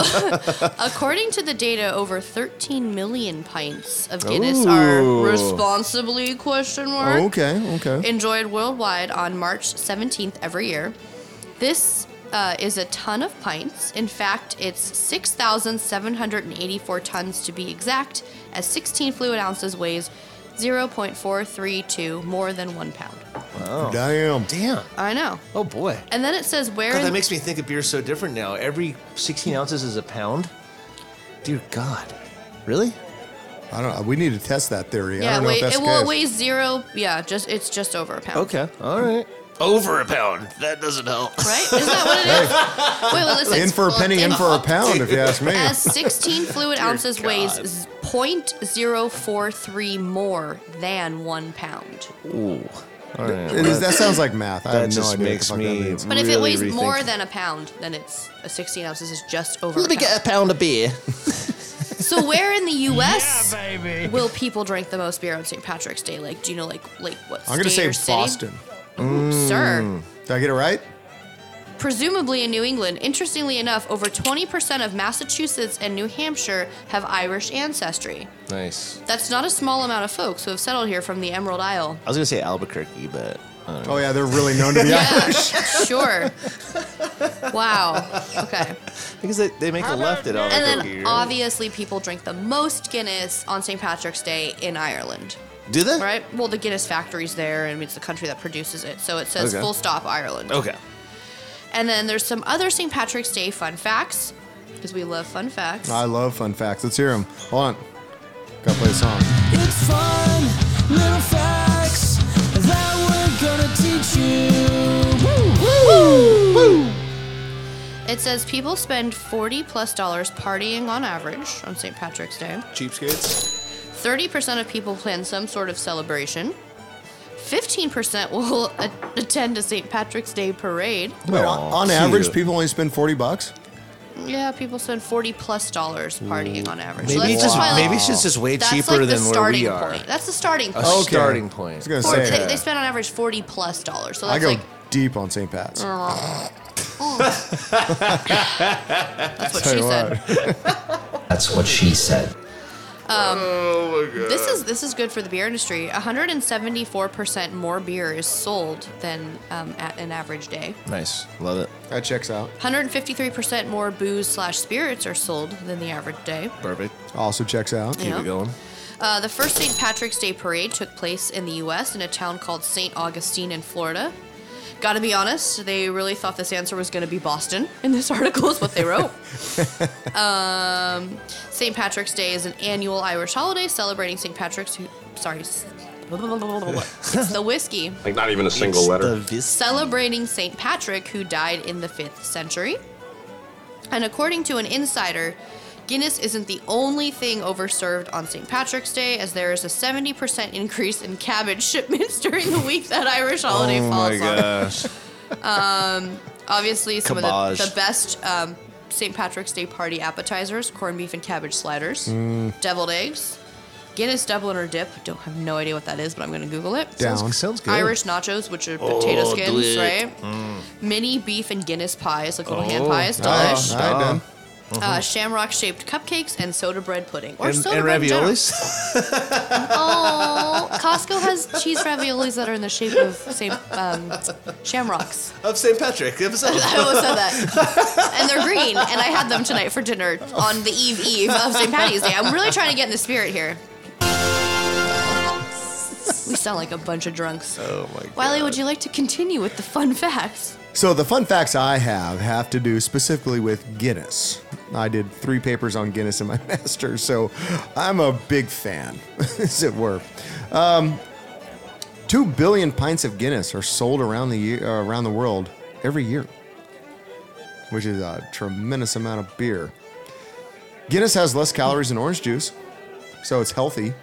S8: according to the data, over 13 million pints of Guinness are
S6: Ooh.
S8: responsibly question mark
S6: okay, okay.
S8: enjoyed worldwide on March 17th every year. This uh, is a ton of pints. In fact, it's 6,784 tons to be exact, as 16 fluid ounces weighs 0.432 more than one pound.
S7: Wow.
S6: Damn.
S7: Damn.
S8: I know.
S7: Oh boy.
S8: And then it says where
S7: God,
S8: in
S7: that makes me think of beer so different now. Every sixteen ounces is a pound. Dear God. Really?
S6: I don't know. We need to test that theory. I
S8: Yeah,
S6: don't know
S8: wait,
S6: if that's
S8: it will
S6: the
S8: it
S6: case.
S8: weighs zero. Yeah, just it's just over a pound.
S7: Okay. All right. Over a pound. That doesn't help.
S8: Right? Isn't that what it is? Wait, well, listen.
S6: In for a penny, in for a pound, if you ask me.
S8: As 16 fluid
S6: Dear
S8: ounces
S6: God.
S8: weighs z- 0.043 more than one pound.
S7: Ooh. All right.
S6: It is- that sounds like math. I
S7: that
S6: have no idea
S7: just
S6: what the
S7: makes
S6: fuck that
S7: me.
S6: means.
S8: But if it
S7: really
S8: weighs
S7: rethink-
S8: more than a pound, then it's a 16 ounces is just over.
S7: Let me
S8: a
S7: get
S8: pound.
S7: a pound of beer.
S8: So where in the U.S. will people drink the most beer on St. Patrick's Day? Like, do you know, like, like what
S6: I'm going to
S8: state
S6: say
S8: or city?
S6: Boston. Mm.
S8: sir.
S6: Did I get it right?
S8: Presumably in New England. Interestingly enough, over 20% of Massachusetts and New Hampshire have Irish ancestry.
S7: Nice.
S8: That's not a small amount of folks who have settled here from the Emerald Isle.
S7: I was gonna say Albuquerque, but. I don't know.
S6: Oh, yeah, they're really known to be Irish.
S8: Sure. wow. Okay.
S7: Because they, they make a left at Albuquerque.
S8: And then
S7: right?
S8: obviously people drink the most Guinness on St. Patrick's Day in Ireland.
S7: Do they?
S8: Right? Well, the Guinness factory's there and it's the country that produces it. So it says
S7: Okay.
S8: full stop Ireland.
S7: Okay.
S8: And then there's some other St. Patrick's Day fun facts because we love fun facts.
S6: I love fun facts. Let's hear them. Hold on. Gotta play a song.
S9: It's fun, little facts that we're gonna teach you. Woo, woo, woo.
S8: It says people spend 40 plus dollars partying on average on St. Patrick's Day.
S7: Cheapskates.
S8: 30% of people plan some sort of celebration. 15% will a- attend a St. Patrick's Day parade.
S6: Wait, on,
S7: Aw,
S6: on
S7: cute.
S6: average, people only spend 40 bucks?
S8: Yeah, people spend 40 plus dollars partying on average.
S7: Maybe,
S8: that's
S7: it's just,
S8: why, like,
S7: maybe it's just just way
S8: that's
S7: cheaper
S8: like the
S7: than where we
S8: starting
S7: are.
S8: point. That's the starting
S7: A
S8: point.
S7: starting point.
S6: I was gonna
S8: For-
S6: say.
S8: they, they spend on average 40 plus dollars. So
S6: I
S8: that's
S6: go
S8: like.
S6: deep on St. Pat's.
S8: that's what she said.
S18: That's what she said.
S8: Um,
S18: Oh my God.
S8: This is this is good for the beer industry. 174 percent more beer is sold than um, at an average day.
S7: Nice. Love it.
S6: That checks out.
S8: 153 percent more booze slash spirits are sold than the average day.
S7: Perfect.
S6: Also checks out.
S8: Keep it Yeah.
S7: going.
S8: Uh, the first St. Patrick's Day parade took place in the U.S. in a town called St. Augustine in Florida. Gotta be honest, they really thought this answer was gonna be Boston in this article, is what they wrote. um, St. Patrick's Day is an annual Irish holiday celebrating St. Patrick's. Who, sorry. s- It's the whiskey.
S11: Like not even a single letter.
S8: Celebrating St. Patrick, who died in the 5th century. And according to an insider, Guinness isn't the only thing overserved on St. Patrick's Day, as there is a 70% increase in cabbage shipments during the week that Irish holiday
S7: oh
S8: falls
S7: my gosh.
S8: on. Um, obviously, some of the,
S7: Cabbage.
S8: the best um, St. Patrick's Day party appetizers corned beef and cabbage sliders,
S7: Mm.
S8: deviled eggs, Guinness Dubliner dip. Don't have no idea what that is, but I'm going to Google it.
S7: Sounds- Down. sounds good.
S8: Irish nachos, which are potato
S7: Oh,
S8: skins,
S7: delicious.
S8: right?
S7: Mm.
S8: Mini beef and Guinness pies, like little hand
S7: Oh,
S8: pies.
S7: nice.
S8: Delish.
S7: Ah.
S8: Uh,
S7: Mhm.
S8: shamrock shaped cupcakes and soda bread pudding. Or
S7: and,
S8: soda
S7: and
S8: bread in general.
S7: raviolis.
S8: Oh, Costco has cheese raviolis that are in the shape of say, um, shamrocks.
S7: of St. Patrick himself.
S8: I almost said that. And they're green, and I had them tonight for dinner on the eve eve of St. Patty's Day. I'm really trying to get in the spirit here. We sound like a bunch of drunks.
S7: Oh my
S8: Wiley, would you like to continue with the fun facts?
S6: So the fun facts I have have to do specifically with Guinness. I did three papers on Guinness in my master's, so I'm a big fan, as it were. Um, Two billion pints of Guinness are sold around the year, uh, around the world every year, which is a tremendous amount of beer. Guinness has less calories than orange juice, so it's healthy.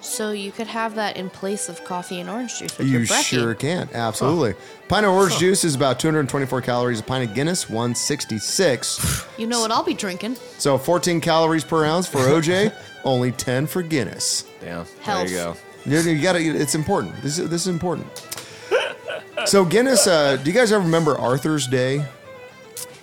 S8: So you could have that in place of coffee and orange juice with
S6: You
S8: your brekkie.
S6: sure can. Absolutely. Pint of orange juice is about 224 calories. A pint of Guinness, 166.
S8: You know what I'll be drinking?
S6: so 14 calories per ounce for OJ, only 10 for Guinness.
S7: Yeah.
S8: Health.
S7: There you go.
S6: You, you gotta. It's important. This is this is important. So Guinness. Uh, do you guys ever remember Arthur's Day?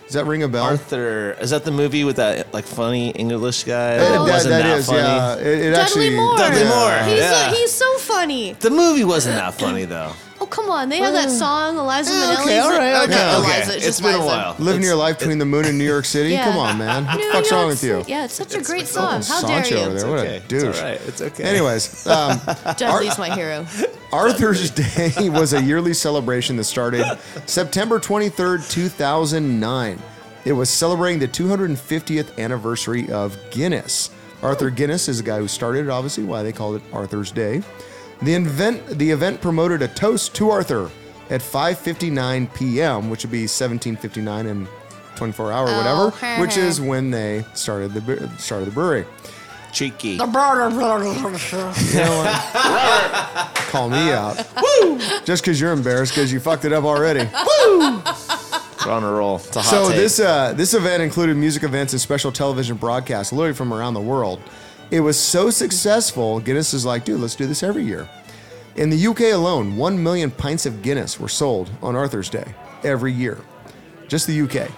S6: Does that ring a bell?
S7: Arthur, is that the movie with that like funny English
S6: That-
S7: guy? that,
S6: that-
S7: wasn't
S6: that
S7: that,
S6: is,
S7: funny.
S6: yeah. It- it Dudley actually- Moore.
S7: Dudley Moore.
S8: He's,
S7: yeah.
S8: so, he's so funny.
S7: the movie wasn't that funny though.
S8: Oh come on! They have that song, Eliza Minnelli.
S7: Uh, okay, all right,
S8: or
S7: okay,
S8: not
S7: okay.
S8: Eliza,
S7: It's
S8: just
S7: been a
S8: Liza.
S7: while.
S6: Living your life between the moon and New York City.
S8: Yeah.
S6: Come on, man. What the fuck's wrong with you?
S8: Yeah, it's such a great song. How
S6: Sancho
S8: dare
S6: over
S8: you?
S6: there. What a douche.
S7: all right. It's okay.
S6: Anyways, um,
S8: Dudley's my hero.
S6: Arthur's Day was a yearly celebration that started September 23rd, 2009. It was celebrating the 250th anniversary of Guinness. Arthur Guinness is the guy who started it, obviously, why they called it Arthur's Day. The, invent, the event promoted a toast to Arthur at 5.59 p.m., which would be 17.59 and 24 hour,
S8: Oh,
S6: whatever,
S8: heh
S6: which
S8: heh.
S6: is when they started the bre- started the brewery. Cheeky.
S8: The burger. Woo!
S6: Call me out. Just because you're embarrassed because you fucked it up already.
S7: We're on a roll. It's a hot
S6: so
S7: take.
S6: this uh, this event included music events and special television broadcasts, literally from around the world. It was so successful, Guinness is like, dude, let's do this every year. In the UK alone, one million pints of Guinness were sold on Arthur's Day every year, just the UK.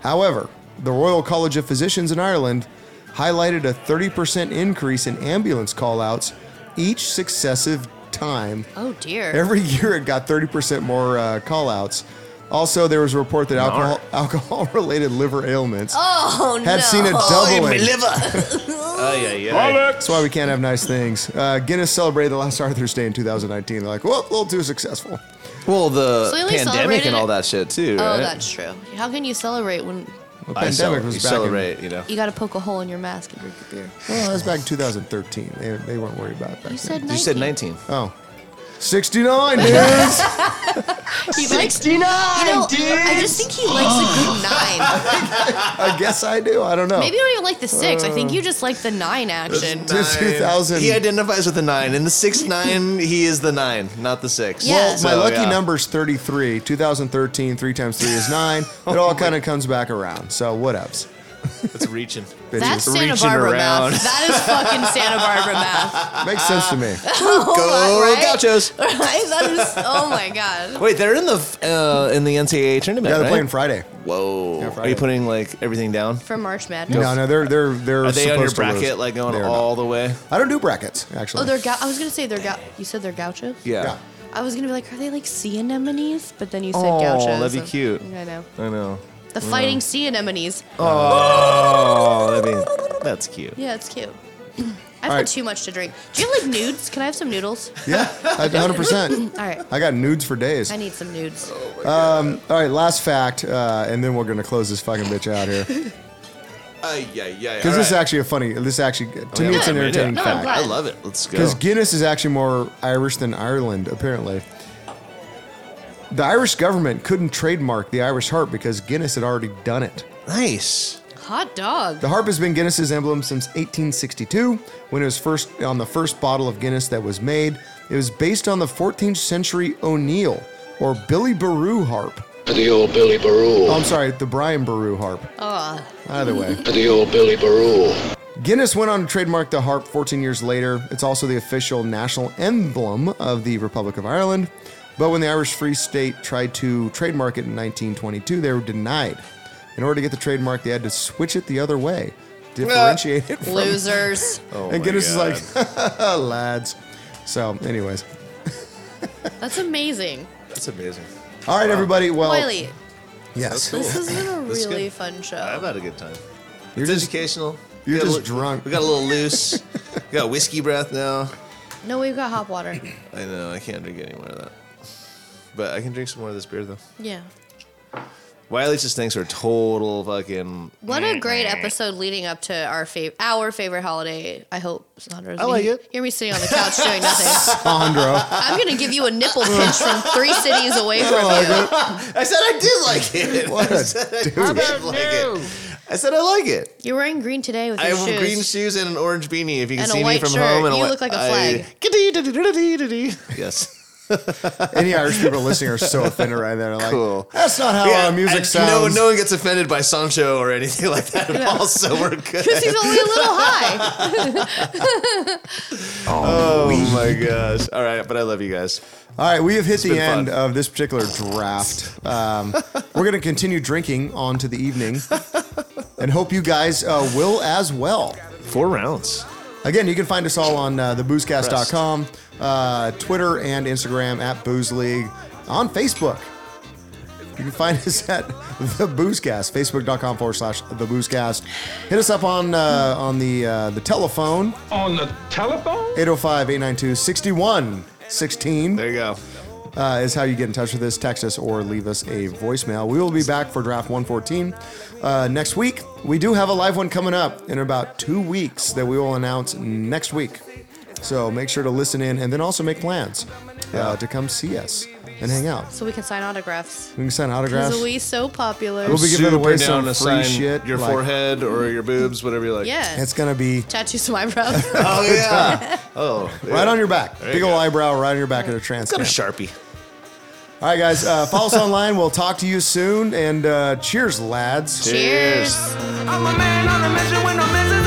S6: However, the Royal College of Physicians in Ireland highlighted a 30% increase in ambulance callouts each successive time
S8: Oh dear.
S6: Every year it got 30% more uh, call outs. Also, there was a report that alcohol alcohol related liver ailments
S8: Oh no.
S6: had seen a doubling.
S7: Oh yeah, yeah.
S6: That's why we can't have nice things. Uh, Guinness celebrated the last Arthur's Day in 2019. They're like, well, a little too successful.
S7: Well, the
S8: So they only
S7: pandemic
S8: celebrated
S7: and all
S8: it-
S7: that shit too,
S8: Oh,
S7: right?
S8: that's true. How can you celebrate when
S6: The
S7: I cel-
S6: pandemic was
S7: you
S6: back
S7: celebrate,
S6: in,
S7: you know.
S8: you got to poke a hole in your mask and drink your beer?
S6: Well, that was back in 2013. They, they weren't worried about it. Back
S8: You said
S6: then.
S8: You said
S7: 19.
S6: Oh. 69, dudes!
S8: He likes- you know, I just think he likes a good nine.
S6: I guess I do. I don't know.
S8: Maybe you don't even like the six. I think you just like the nine action.
S6: Just 2000.
S7: He identifies with the nine. In the six nine, he is the nine, not the six.
S6: Well, my
S7: So,
S6: lucky
S7: yeah.
S6: number's 33. 2013, 3 times 3 is 9. It all kind of comes back around. So, what ups?
S7: It's reaching.
S8: That's Santa Barbara
S6: around.
S8: math. That is fucking Santa Barbara math.
S6: Makes sense to me.
S8: Oh,
S7: Go
S8: right?
S7: Gauchos.
S8: Right? That is. Oh my god.
S7: Wait, they're in the uh, in the NCAA tournament.
S6: Yeah, they're
S7: right?
S6: playing Friday.
S7: Whoa. Are
S6: Friday.
S7: you putting like everything down?
S8: For March Madness.
S6: No, no, they're they're they're
S7: Are they on your
S6: supposed to lose.
S7: bracket, like, going
S6: They are
S7: all
S6: not.
S7: the way?
S6: I don't do brackets
S8: Oh,
S6: actually.
S8: they're. Gau- I was gonna say they're. Gau- you said they're gauchos.
S7: Yeah. Yeah.
S8: I was gonna be like, are they like sea anemones? But then you said
S7: oh,
S8: gauchos.
S7: that'd be cute. Mm.
S8: I know.
S7: I know.
S8: The
S7: I know.
S8: fighting sea anemones.
S7: Oh, that'd be, that's cute.
S8: Yeah, it's cute. I've
S6: All
S8: had
S6: right.
S8: too much to drink. Do you have like nudes? Can I have some noodles?
S6: yeah, hundred percent.
S8: All right.
S6: I got nudes for days.
S8: I need some nudes.
S6: Um, all right, last fact, uh, and then we're gonna close this fucking bitch out here because
S7: Ay, yeah, yeah.
S6: this is actually a funny. This actually to
S7: Oh,
S6: me it's an entertaining fact.
S7: I love it. Let's go.
S6: Because Guinness is actually more Irish than Ireland, apparently. The Irish government couldn't trademark the Irish harp because Guinness had already done it.
S7: Nice.
S8: Hot dog.
S6: The harp has been Guinness's emblem since 1862, when it was first on the first bottle of Guinness that was made. It was based on the 14th century O'Neill or Billy Baru harp.
S18: The old Billy Baroo.
S6: Oh, I'm sorry, the Brian Baru harp.
S8: Oh.
S6: Either way.
S18: The old Billy Baroo.
S6: Guinness went on to trademark the harp 14 years later. It's also the official national emblem of the Republic of Ireland. But when the Irish Free State tried to trademark it in 1922, they were denied. In order to get the trademark, they had to switch it the other way, differentiate it from.
S8: Losers.
S7: Oh.
S6: and Guinness is like, lads. So, anyways.
S8: That's amazing.
S7: That's amazing.
S6: All right, everybody. Well,
S8: Wiley,
S6: yes.
S8: this has been a
S7: Oh. This is
S8: really fun show.
S7: I've had a good time.
S6: You're
S7: it's
S6: just-
S7: educational.
S6: you're
S7: We got a
S6: just drunk.
S7: We got a little loose. we got whiskey breath now.
S8: No, we've got hot water.
S7: I know. I can't drink any more of that. But I can drink some more of this beer though.
S8: Yeah.
S7: Wiley just thinks we're total fucking.
S8: What a great episode leading up to our fav- our favorite holiday. I hope Sandra.
S7: I like it.
S8: Hear me sitting on the couch doing nothing.
S6: Sandra.
S8: I'm gonna give you a nipple pinch from three cities away from
S7: like
S8: you.
S7: I said I did like it.
S6: What
S7: I
S6: a
S7: said I
S6: douche.
S7: did like it. I said I like it.
S8: You're wearing green today with
S7: I
S8: your
S7: have
S8: shoes.
S7: green shoes and an orange beanie. If you can
S8: And a
S7: see me
S8: white
S7: from
S8: shirt.
S7: home, and a
S8: You
S7: whi-
S8: look like a
S7: I-
S8: flag.
S7: Yes.
S6: Any Irish people listening are so offended right there. Like,
S7: Cool.
S6: that's not how
S7: Yeah,
S6: Oh, our music
S7: and
S6: sounds.
S7: No, no one gets offended by Sancho or anything like that at all. So we're good.
S8: Because he's only a little high.
S7: oh my gosh! All right, but I love you guys.
S6: All right, we have hit the
S7: been
S6: end
S7: fun.
S6: of this particular draft. Um, we're going to continue drinking on to the evening and hope you guys uh, will as well.
S7: Four rounds.
S6: Again, you can find us all on uh, theboozecast.com, uh, Twitter and Instagram at Booze League, on Facebook. You can find us at the Boozecast, facebook.com forward slash the Boozecast. Hit us up on uh, on the uh, the telephone. On the telephone? 805 892 6116.
S7: There you go.
S6: uh, is how you get in touch with us. Text us or leave us a voicemail. We will be back for draft 114 uh, next week. We do have a live one coming up in about two weeks that we will announce next week. So make sure to listen in and then also make plans uh, to come see us and hang out.
S8: So we can sign autographs.
S6: We can sign autographs.
S8: Because we so popular.
S6: We'll be giving
S7: Super
S6: away
S7: down
S6: some free
S7: to sign
S6: shit,
S7: Your
S6: like-
S7: forehead or your boobs, whatever you like.
S8: Yeah.
S6: It's gonna be
S8: Tattoo some eyebrows.
S7: Oh yeah. oh.
S6: right on your back.
S7: There you
S6: Big old
S7: go.
S6: eyebrow right on your back at a trans.
S7: Got a
S6: stamp.
S7: sharpie.
S6: All right, guys. Uh, follow us online. We'll talk to you soon. And uh, cheers, lads.
S8: Cheers.
S3: I'm a man on a mission with no business.